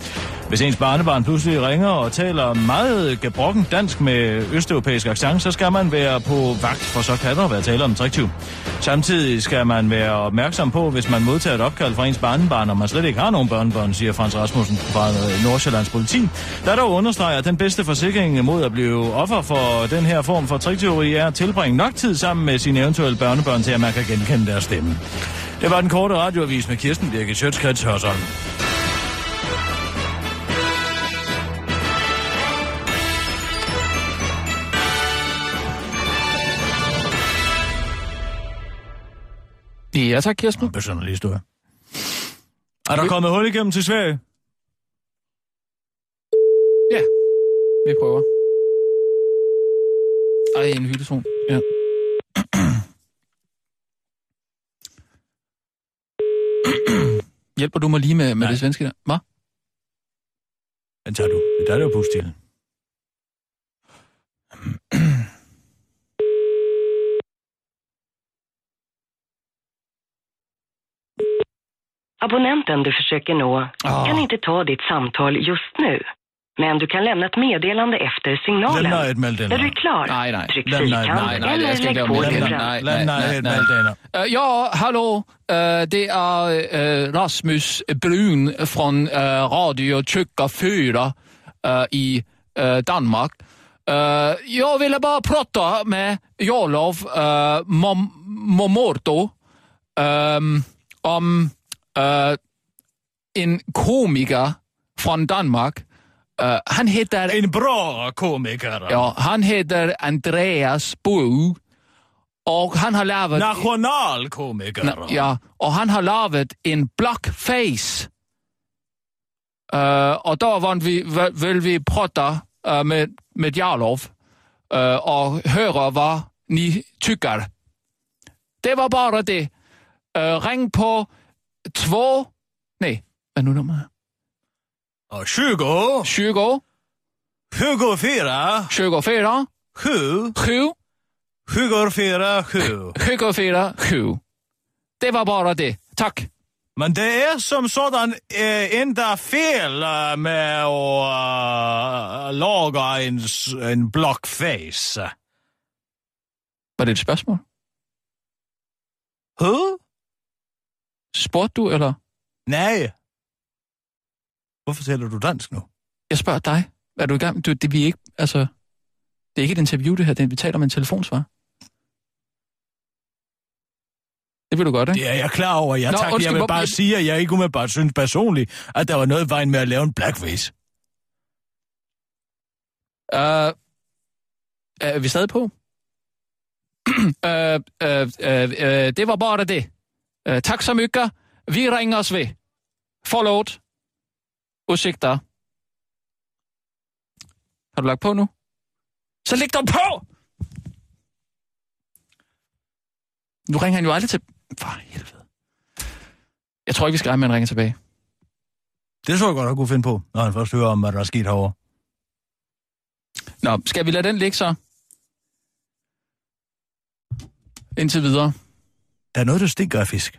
Hvis ens barnebarn pludselig ringer og taler meget gebrokken dansk med østeuropæisk accent, så skal man være på vagt, for så kan der være tale om triktyv. Samtidig skal man være opmærksom på, hvis man modtager et opkald fra ens barnebarn, og man slet ikke har nogen børnebørn, siger Frans Rasmussen fra øh, Nordsjællands politi. Der dog understreger, at den bedste forsikring mod at blive offer for den her form for triktyveri er at tilbringe nok tid sammen med sine eventuelle børnebørn til, at man kan genkende deres stemme. Det var den korte radioavis med Kirsten Birgit Sjøtskrets Hørsholm. Ja, tak, Kirsten. Besønderlig historie. Er der kommet hul igennem til Sverige? Vi prøver. Ej, en hyldesvogn. Ja. Hjælper du mig lige med, med Nej. det svenske der? Hvad? Den tager du. Det er der, der er til. Abonnenten du försöker nå kan inte ta ditt samtal just nu. Men du kan lämna ett meddelande efter signalen. Lämna ett meddelande. När du är klar, Nej, nej. tryck Lämna ett Nej, fyrkant nej, jeg eller skal ikke lägg lave på mere. din Nej, röst. nej, nej, Læmna nej, et nej. meddelande. Øh, ja, hallo. Øh, det er øh, Rasmus Brun fra øh, Radio Tjukka 4 øh, i øh, Danmark. Øh, jeg ville bare prata med Jarlov øh, Mom- Momorto øh, om øh, en komiker fra Danmark. Øh, han hedder... En bra komiker. Ja, han hedder Andreas Bo, og han har lavet... National komiker. Na- ja, og han har lavet en blackface. Uh, og der vandt vi, vil, vil vi prøve uh, med, med Jarlov uh, og høre, hvad ni tykker. Det var bare det. Uh, ring på 2... Nej, hvad er nu nummer? Och 20, 20, 24, 24, 7, 7, 24, 7. 24, 7. Det var bare det. Tak. Men det er som sådan øh, endda fel øh, med at øh, lage en, s- en blockface. Var det et spørgsmål? Huh? Spurgte du, eller? Nej. Hvorfor taler du dansk nu? Jeg spørger dig. Er du i gang? Du, det, vi er ikke, altså, det er ikke et interview, det her. Det, er- vi taler om en telefonsvar. Det vil du godt, ikke? Det er jeg klar over. Jeg, Nå, tak, undskyld, jeg vil hvor- bare sige, at jeg ikke umiddelbart synes personligt, at der var noget i vejen med at lave en blackface. Uh, øh, er vi stadig på? uh, uh, uh, uh, det var bare det. Uh, tak så mycket. Vi ringer os ved. Forlåt. Udsigter. Har du lagt på nu? Så læg dig på! Nu ringer han jo aldrig til... For helvede. Jeg tror ikke, vi skal regne med, at han ringer tilbage. Det tror jeg godt, at kunne finde på, når han først hører om, hvad der er sket herovre. Nå, skal vi lade den ligge så? Indtil videre. Der er noget, der stinker af fisk.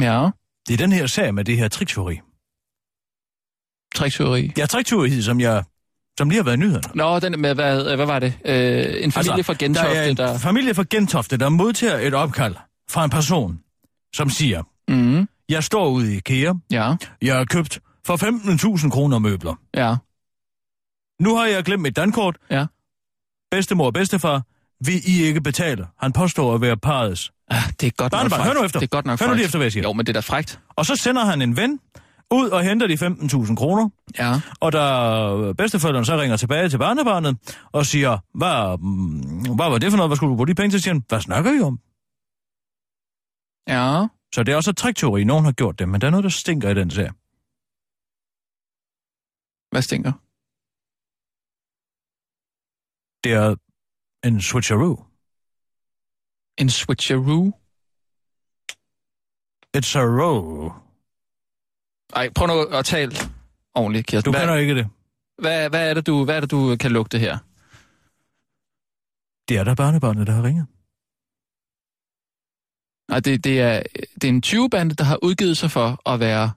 Ja, Det er den her sag med det her triktyveri. triktyveri. Ja, triktyveri, som jeg som lige har været i nyhederne. Nå, den med, hvad, hvad var det? Øh, en familie altså, der fra er Gentofte, en der... familie fra Gentofte, der modtager et opkald fra en person, som siger, Mm, jeg står ude i IKEA, ja, jeg har købt for 15.000 kroner møbler. ja, Nu har jeg glemt mit dankort. Ja. Bedstemor og bedstefar, vil I ikke betale? Han påstår at være parrets. ah, det er godt nok Barnebarn, frækt. hør nu efter. Det er godt nok Hør nu frækt. lige efter, hvad jeg siger. Jo, men det er da frækt. Og så sender han en ven ud og henter de 15.000 kroner. Ja, Og da bedsteforældrene så ringer tilbage til barnebarnet og siger, hvad, mm, hvad var det for noget, hvad skulle du bruge de penge til, siger han, hvad snakker I om? ja. Så det er også et trikteori, nogen har gjort det, men der er noget, der stinker i den sag. Hvad stinker? Det er en switcheroo. En switcheroo? It's a row. Ej, prøv nu at tale ordentligt, Du Kirsten. kender Hvad, ikke det. hvad, hvad, er det, du, hvad er det, du øh, kan lugte her? Det er der barnebarnet, der har ringet. Nej, det, det, er, det er en 20-bande, der har udgivet sig for at være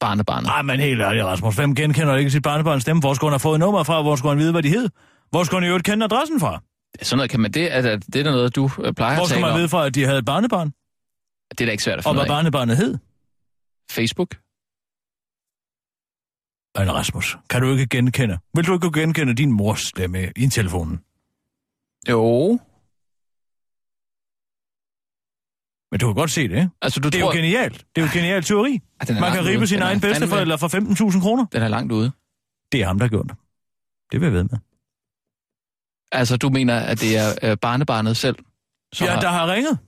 barnebarnet. Nej, men helt ærligt, Rasmus. Hvem genkender ikke sit barnebarns stemme? Hvor skulle han have fået nummer fra? Hvor skulle han vide, hvad de hed? Hvor skulle han i øvrigt kende adressen fra? Sådan noget kan man... Det er, da- det er da noget, du øh, plejer Hvor at skulle tale man om. vide fra, at de havde et barnebarn? Det er da ikke svært at Og finde hvad ud af. barnebarnet hed? Facebook? Men Rasmus, kan du ikke genkende? Vil du ikke kunne genkende din mors stemme i telefonen? Jo. Men du kan godt se det, ikke? Altså, du Det er tror... jo genialt. Det er jo et genialt teori. Ah, den Man er langt kan ude. ribe sine Den er egne fandme- bedsteforældre for 15.000 kroner. Den er langt ude. Det er ham, der har gjort det. Det vil jeg ved med. Altså, du mener, at det er øh, barnebarnet selv, som Ja, har... der har ringet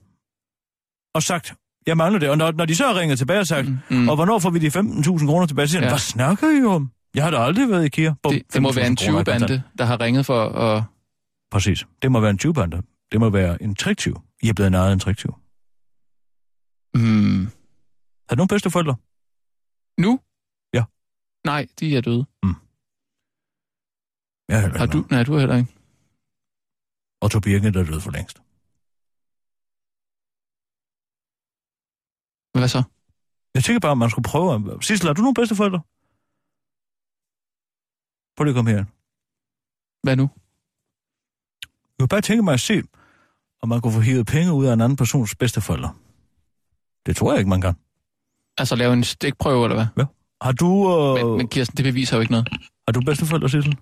og sagt, jeg mangler det. Og når, når de så har ringet tilbage og sagt, mm. Mm, og hvornår får vi de 15.000 kroner tilbage, så siger ja. Ja. hvad snakker I om? Jeg har da aldrig været i IKEA. Bum, det, det må 15.000 være en kroner i kontant. 20-bande, der har ringet for at... Præcis. Det må være en tyvbande. Det må være en triktyv. I er blevet narret af en triktyv. Mm. Har du nogen bedsteforældre? Nu? Ja. Nej, de er døde. Ja, heller Har ikke du... Nej, du er heller ikke. nogen. Og Tobias Birken er død for længst. Hvad så? Jeg tænker bare, om man skulle prøve... at- Sissel, har du nogen bedsteforældre? Prøv lige at komme her. Hvad nu? Jeg kunne bare tænke mig at se, om man kunne få hivet penge ud af en anden persons bedsteforældre. Det tror jeg ikke, man kan. Altså, lave en stikprøve, eller hvad? Har du, øh, Men, men Kirsten, det beviser jo ikke noget. har du bedsteforældre, Sissel?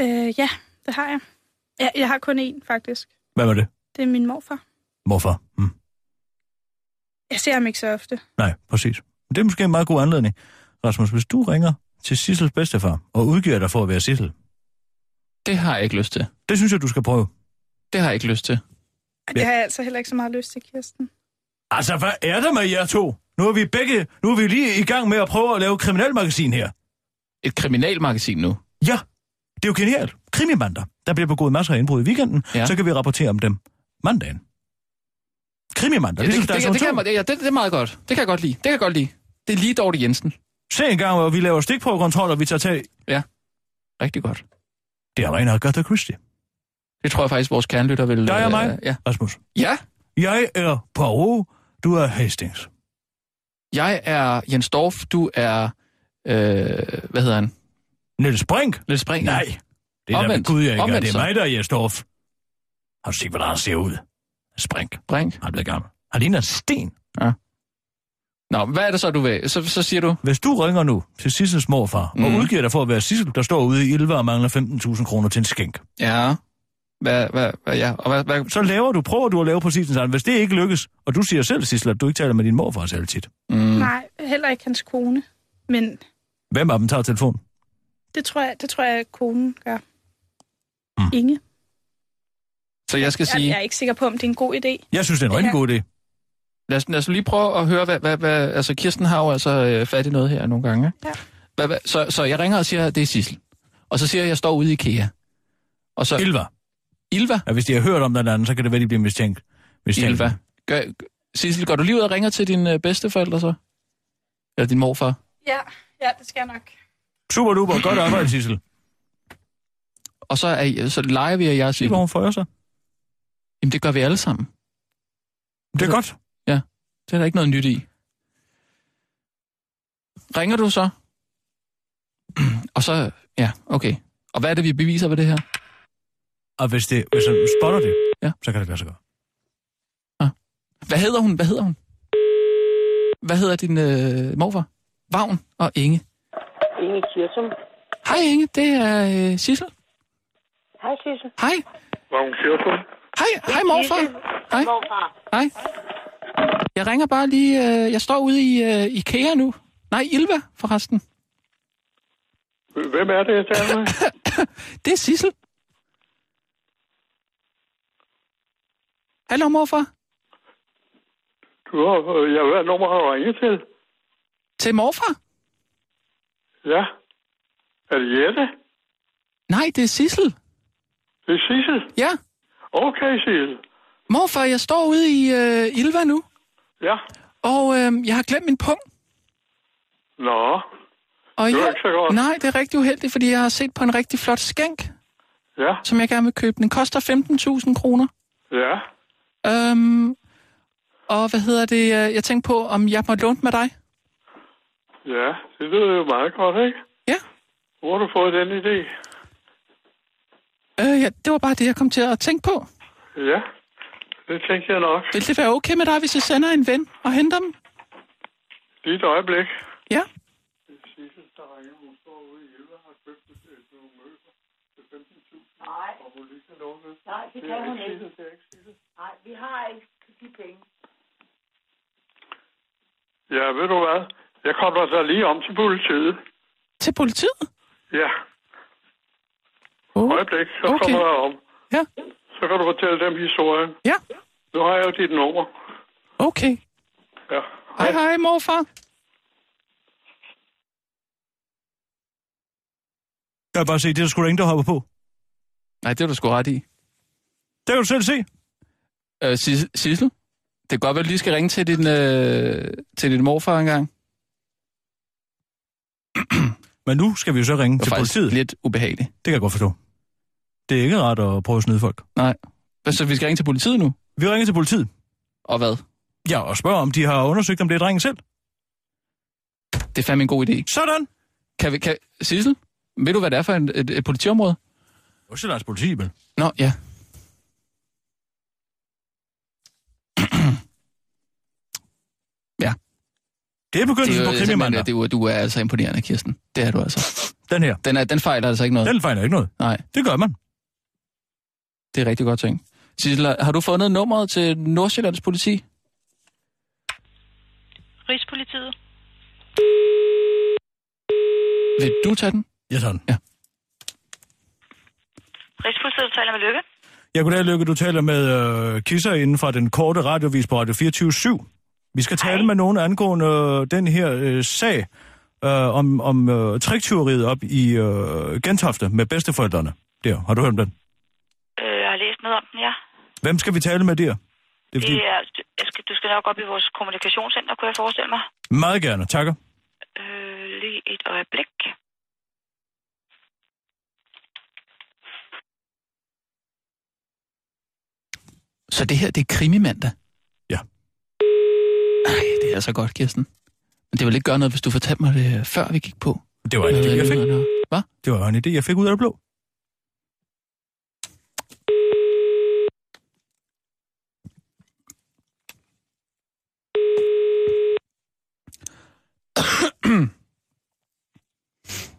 Øh, ja, det har jeg. Ja, jeg har kun én, faktisk. Hvad var det? Det er min morfar. Morfar. Mm. Jeg ser ham ikke så ofte. Nej, præcis. Men Det er måske en meget god anledning. Rasmus, hvis du ringer til Sissels bedstefar og udgiver dig for at være Sissel, Det har jeg ikke lyst til. det synes jeg, du skal prøve. Det har jeg ikke lyst til. Og Ja. det har jeg altså heller ikke så meget lyst til, Kirsten. Altså, hvad er der med jer to? Nu er vi begge, nu er vi lige i gang med at prøve at lave kriminalmagasin her. Et kriminalmagasin nu. Ja, det er jo genialt. Krimimander. Der bliver begået masser af indbrud i weekenden, ja. Ja. så kan vi rapportere om dem mandagen. Krimimander, Ja, ja, det, ligesom det, der det, er det, kan, sådan man- ja, det, det er meget godt. Det kan jeg godt lide. Det kan jeg godt lide. Det er lige Dorte Jensen. Se en gang, hvor vi laver stikprøvekontrol, og vi tager tag. Rigtig godt. Det er ren Agatha Christie. Det tror jeg faktisk, vores kernlytter vil... Der er øh, mig. Ja. Rasmus, ja, jeg er Poirot, du er Hastings. Jeg er Jens Dorf, du er... Øh, hvad hedder han? Niels Brink? Lidt Springer. Nej, det er Omvendt. da Gud, jeg ikke er. Omvendt Det så. er mig, der er Jesdorf. Har du set, hvordan han ser ud? Sprink. Brink. Han er blevet gammel. Han ligner en sten. Nå, hvad er det så, du vil? Så, så siger du... Hvis du ringer nu til Sissels morfar mm. og Mhm. udgiver dig for at være Sissel, der står ude i Ilva og mangler 15.000 kroner til en skænk, Ja. Hvad, hvad, hvad, ja. Og hvad, hvad... Så laver du, prøver du at lave præcis den samme. Hvis det ikke lykkes, og du siger selv, Sissel, at du ikke taler med din morfar selv tit. Mm. Nej, heller ikke hans kone. Men Hvem af dem tager telefonen? det tror jeg, det tror jeg at konen gør. Mm. Inge. Så jeg skal Jeg, sige... jeg er ikke sikker på, om det er en god idé. Jeg synes, det er en rigtig god idé. Lad os, lad os lige prøve at høre, hvad, hvad, hvad altså Kirsten har jo altså øh, fat i noget her nogle gange. Ja. Hvad, hvad, så, så jeg ringer og siger, at det er Sissel. Og så siger jeg, at jeg står ude i IKEA. Og så, Ilva. Ilva? Ja, hvis de har hørt om den anden, så kan det være, de bliver mistænkt. mistænkt. Ilva. Gør, Sissel, går du lige ud og ringer til dine øh, bedsteforældre så? Eller din morfar? Ja, ja, det skal jeg nok. Super duper, godt arbejde, Sissel. Og så, er, I- så leger vi, at jeg Se, siger, hvor hun fører sig. jamen det gør vi alle sammen. Det Altså- er godt. Det er der ikke noget nyt i. Ringer du så? og så, ja, okay. Og hvad er det, vi beviser ved det her? Og hvis, det, hvis han spotter det, Ja. ja. så kan det lade sig gøre. Hvad hedder hun? Hvad hedder hun? Hvad hedder din øh, morfar? Vagn og Inge. Inge Kirsum. Hej Inge, det er øh, Sissel. Hej, Sisse. Hej. Vagn Kirsum. Hej, hej morfar. Hej. Morfar. Hej. Jeg ringer bare lige. Øh, jeg står ude i øh, IKEA nu. Nej, Ilva forresten. Hvem er det, jeg taler med? Det er Sissel. Hallo morfar. Du har, øh, jeg, hvad nummer har du ringet til? Til morfar? Ja. Er det Jette? Nej, det er Sissel. Det er Sissel? Ja. Okay, Sissel. Morfar, jeg står ude i øh, Ilva nu, Ja. og øh, jeg har glemt min pung. Nå. Og Det var jeg, ikke så godt. Nej, det er rigtig uheldigt, fordi jeg har set på en rigtig flot skænk, Ja. som jeg gerne vil købe. Den koster 15.000 kroner. Ja. Øhm, og hvad hedder det? øh, Jeg tænkte på, om jeg må låne den med dig. Ja. Det lyder jo meget godt, ikke? Ja. Hvor har du fået den idé? Øh, ja, det var bare det, jeg kom til at tænke på. Ja. Det tænkte jeg nok. Vil det være okay med dig, hvis jeg sender en ven og henter dem? Lige et øjeblik. Ja. Sissel, der ringer, hun står ude i Elva og har købt et nogle møbler til 15.000. Nej. Og hun lige kan låne det. Nej, det Det kan er hun ikke ikke. Sissel, det er ikke Sissel. Nej, vi har ikke de penge. Ja, ved du hvad? Jeg kommer så lige om til politiet. Til politiet? Ja. Oh. Øjeblik, så Okay. okay. kommer jeg om. Ja. Så kan du fortælle dem historien. Ja. Nu har jeg jo dit nummer. Okay. Ja. Hej, hej, morfar. Jeg kan bare se, det er der sgu da ingen, der hopper på. Nej, det var du sgu ret i. Det kan du selv se. Øh, Sis- Sissel? Det kan godt være, at du lige skal ringe til din, øh, til din morfar engang. Men nu skal vi jo så ringe Det var til faktisk politiet. lidt ubehageligt. Det kan jeg godt forstå. Det er ikke rart at prøve at snyde folk. Nej. Hvad, Så vi skal ringe til politiet nu? Vi ringer til politiet. Og hvad? Ja, og spørger, om de har undersøgt, om det er drengen selv. Det er fandme en god idé. Sådan. Kan vi, kan, Sissel, ved du, hvad det er for en, et, et politiområde? Nordsjællands politi, vel? Nå, ja. Det er begyndelsen på det, krimimandag. det, er jo- du er altså imponerende, Kirsten. Det er du altså. Den her. Den, er, den fejler altså ikke noget. Den... Den fejler ikke noget. Nej, Det gør man. det er rigtig godt ting. Sissel, har du fundet nummeret til Nordsjællands politi? Rigspolitiet. Vil du tage den? Ja, sådan. Rigspolitiet taler med Lykke. Jeg kunne da lykke, du taler med øh, Kisser inden fra den korte radiovis på Radio 24 Vi skal tale med nogen angående øh, den her øh, sag øh, om, om øh, triktyveriet op i øh, Gentofte med bedsteforældrene. Der, har du hørt om den? Øh, jeg har læst noget om den, ja. Hvem skal vi tale med der? Det er fordi... Det er, jeg skal, du skal nok op i vores kommunikationscenter, kunne jeg forestille mig. Meget gerne, takker. Øh, lige et øjeblik. Så det her, det er krimimandag? Ja. Nej, det er så godt, Kirsten. Men det ville ikke gøre noget, hvis du fortalte mig det, øh, før vi gik på. Det var en idé, jeg fik. Hvad? Det var en idé, jeg fik ud af det blå. Det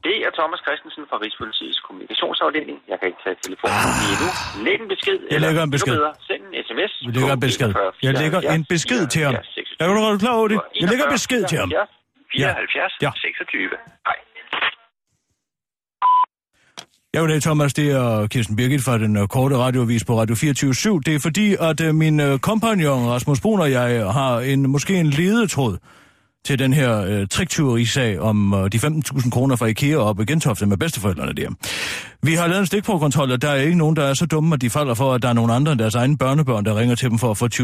Det er Thomas Christensen fra Rigspolitiets kommunikationsafdeling. Jeg kan ikke tage telefonen lige nu. Læg en besked. Ah. Jeg lægger en besked. Eller, endnu bedre, send en sms. Jeg lægger en besked. Jeg lægger en besked til ham. Er du er du klar over det? Jeg lægger en besked til ham. 74 Ja. ja. 26. Hej. Ja, det er Thomas, det er Kirsten Birgit fra den øh, korte radiovis på Radio 24 Det er fordi, at øh, min øh, kompagnon Rasmus Brun og jeg har en, måske en ledetråd til den her øh, triktyverisag om øh, de 15.000 kroner fra IKEA op i Gentofte med bedsteforældrene der. Vi har lavet en stikprogkontrol, og der er ikke nogen, der er så dumme, at de falder for, at der er nogen andre end deres egne børnebørn, der ringer til dem for at få 20.000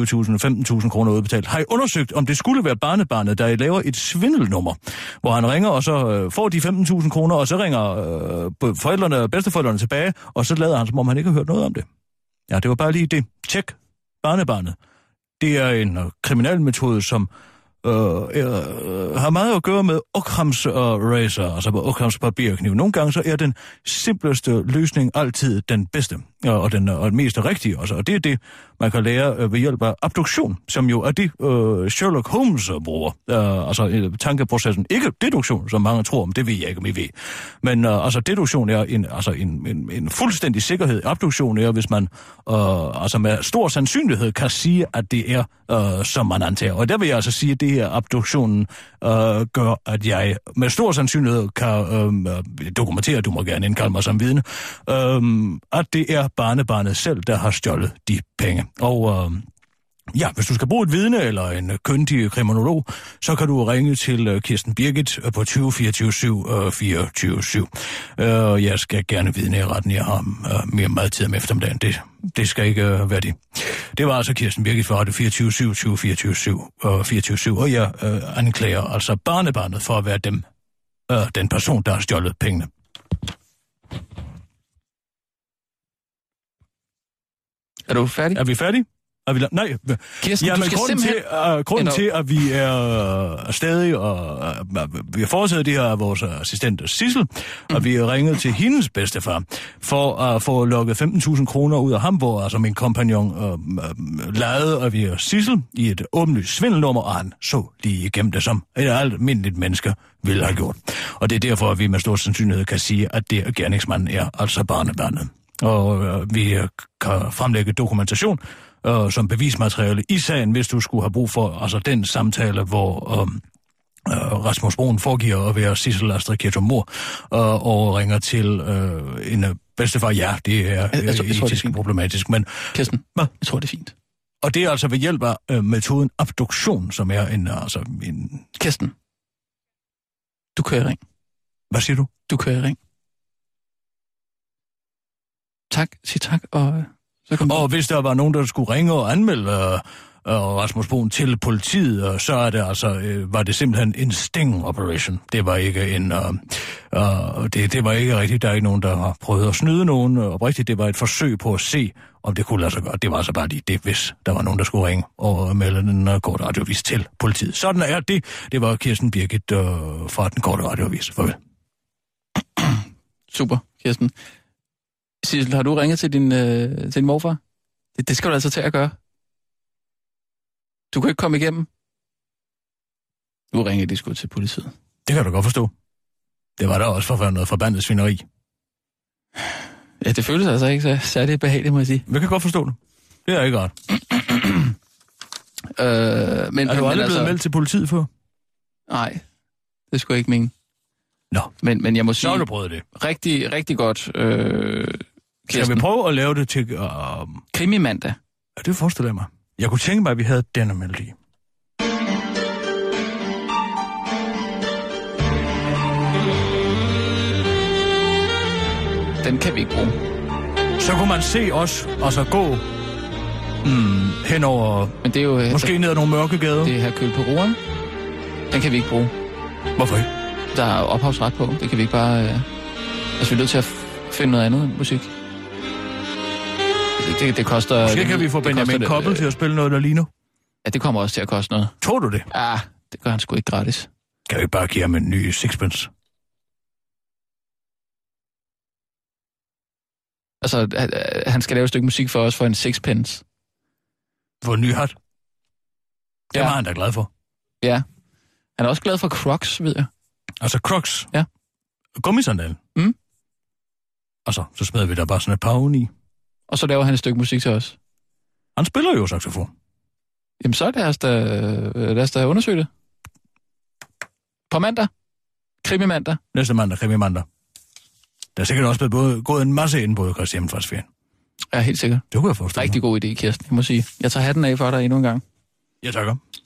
15.000 kroner udbetalt. Har I undersøgt, om det skulle være barnebarnet, der laver et svindelnummer, hvor han ringer, og så øh, får de 15.000 kroner, og så ringer øh, på- forældrene og bedsteforældrene tilbage, og så lader han, som om han ikke har hørt noget om det. Ja, det var bare lige det. Tjek barnebarnet. Det er en øh, kriminel metode, som øh, øh, har meget at gøre med Ockhams og Razor, altså på Ockhams papirkniv. Nogle gange så er den simpleste løsning altid den bedste, og, og den, øh, og den mest rigtige også. Og det er det, man kan lære øh, ved hjælp af abduktion, som jo er det, øh, Sherlock Holmes øh, bruger. Øh, altså øh, tankeprocessen. Ikke deduktion, som mange tror om, det ved jeg ikke, om I ved. Men øh, altså deduktion er en, altså, en, en, en fuldstændig sikkerhed. Abduktion er, hvis man øh, altså med stor sandsynlighed kan sige, at det er, øh, som man antager. Og der vil jeg altså sige, at det her abduktionen øh, gør, at jeg med stor sandsynlighed kan øh, øh, dokumentere, du må gerne indkalde mig som vidne, øh, at det er barnebarnet selv, der har stjålet de penge. Og øh, Ja, hvis du skal bruge et vidne eller en øh, kyndig kriminolog, så kan du ringe til øh, Kirsten Birgit øh, på 20 24 7 øh, 24 7. Øh, Jeg skal gerne vidne i retten. Jeg har øh, mere meget tid om eftermiddagen. Det, det skal ikke øh, være det. Det var altså Kirsten Birgit fra Radio 24 7 20 24 7 øh, 24 7. Og jeg øh, anklager altså barnebarnet for at være dem, øh, den person, der har stjålet pengene. Er du færdig? Er vi færdige? Er vi la- Nej. Kirsten, ja, du men skal grunden, simpelthen- til, uh, grunden Eller- til, at vi er øh, stadig, og uh, vi har foretaget det her af vores øh, assistent Sissel, og vi har ringet til hendes bedstefar, for at få lukket 15.000 kroner ud af ham, hvor altså min kompagnon uh, uh, lejede, og vi er Sissel i et åbenlyst svindelnummer, og han så lige igennem det, som et almindeligt menneske ville have gjort. Og det er derfor, at vi med stor sandsynlighed kan sige, at det er gerningsmanden er altså barnebarnet. Og øh, vi øh, kan fremlægge dokumentation øh, som bevismateriale i sagen, hvis du skulle have brug for altså den samtale, hvor øh, øh, Rasmus Broen foregiver at være Sissel Astrid Kirchhoff Mor øh, og ringer til øh, en øh, bedstefar. Ja, det er øh, altså, jeg tror, det er etisk problematisk, men... Kirsten, jeg tror, det er fint. Og det er altså ved hjælp af øh, metoden abduktion, som er en... øh, Altså en... Kirsten, du kører i ring. Hvad siger du? Du kører i ring. Tak, sig tak, og øh, så kom Og hvis der var nogen, der skulle ringe og anmelde øh, øh, Rasmus Broen til politiet, øh, så er det altså, øh, var det simpelthen en sting operation. Det var ikke en... Øh, øh, det, det var ikke rigtigt. Der er ikke nogen, der har prøvet at snyde nogen øh, oprigtigt. Det var et forsøg på at se, om det kunne lade sig gøre. Det var altså bare lige det, hvis der var nogen, der skulle ringe og melde den øh, korte radiovis til politiet. Sådan er det. Det var Kirsten Birgit øh, fra den korte radiovis. Farvel. Super, Kirsten. Sissel, har du ringet til din, øh, til din morfar? Det, det skal du altså til at gøre. Du kan ikke komme igennem. Nu ringer de sgu til politiet. Det kan du godt forstå. Det var da også for noget forbandet svineri. Ja, det føles altså ikke så særligt behageligt, må jeg sige. Jeg kan godt forstå det. Det er ikke rart. øh, men, er du men aldrig blevet meldt til politiet for? Nej, det skulle jeg ikke mene. Nå. Men, men jeg må sige... har du prøvet det. Rigtig, rigtig godt. Øh, Skal vi prøve at lave det til... Øh... Krimimandag. Ja, det forestiller jeg mig. Jeg kunne tænke mig, at vi havde denne melodi. Den kan vi ikke bruge. Så kunne man se os, og så gå mm, hen over... Men det er jo... øh, Måske ned ad nogle mørke gader. Det er her køl på roeren. Den kan vi ikke bruge. Hvorfor ikke? Der er ophavsret på. Det kan vi ikke bare... Øh... Altså, vi er nødt til at f- finde noget andet musik. Det, det, det koster... Måske det, kan vi få det Benjamin koster det, Koppel øh, til at spille noget, der ligner. Ja, det kommer også til at koste noget. Tror du det? Ah, det gør han sgu ikke gratis. Kan vi ikke bare give ham en ny sixpence? Altså, han- han skal lave et stykke musik for os for en sixpence. Hvor ny hat? Det Ja. var han da glad for. Ja. Han er også glad for Crocs, ved jeg. Altså Crocs? Ja. gummisandal. Mm. Og så, så smed vi der bare sådan et par oveni. Og så laver han et stykke musik til os. Han spiller jo saxofon. Jamen så lad os da, øh, lad os da undersøge det. På mandag. Krimimandag. Næste mandag, krimimandag. Der er sikkert også blevet både, gået en masse indbrud, Christian Hjemmefradsferien. Ja, helt sikkert. Det kunne jeg forestille Rigtig god idé, Kirsten, jeg må sige. Jeg tager hatten af for dig endnu en gang. mig. Jeg takker.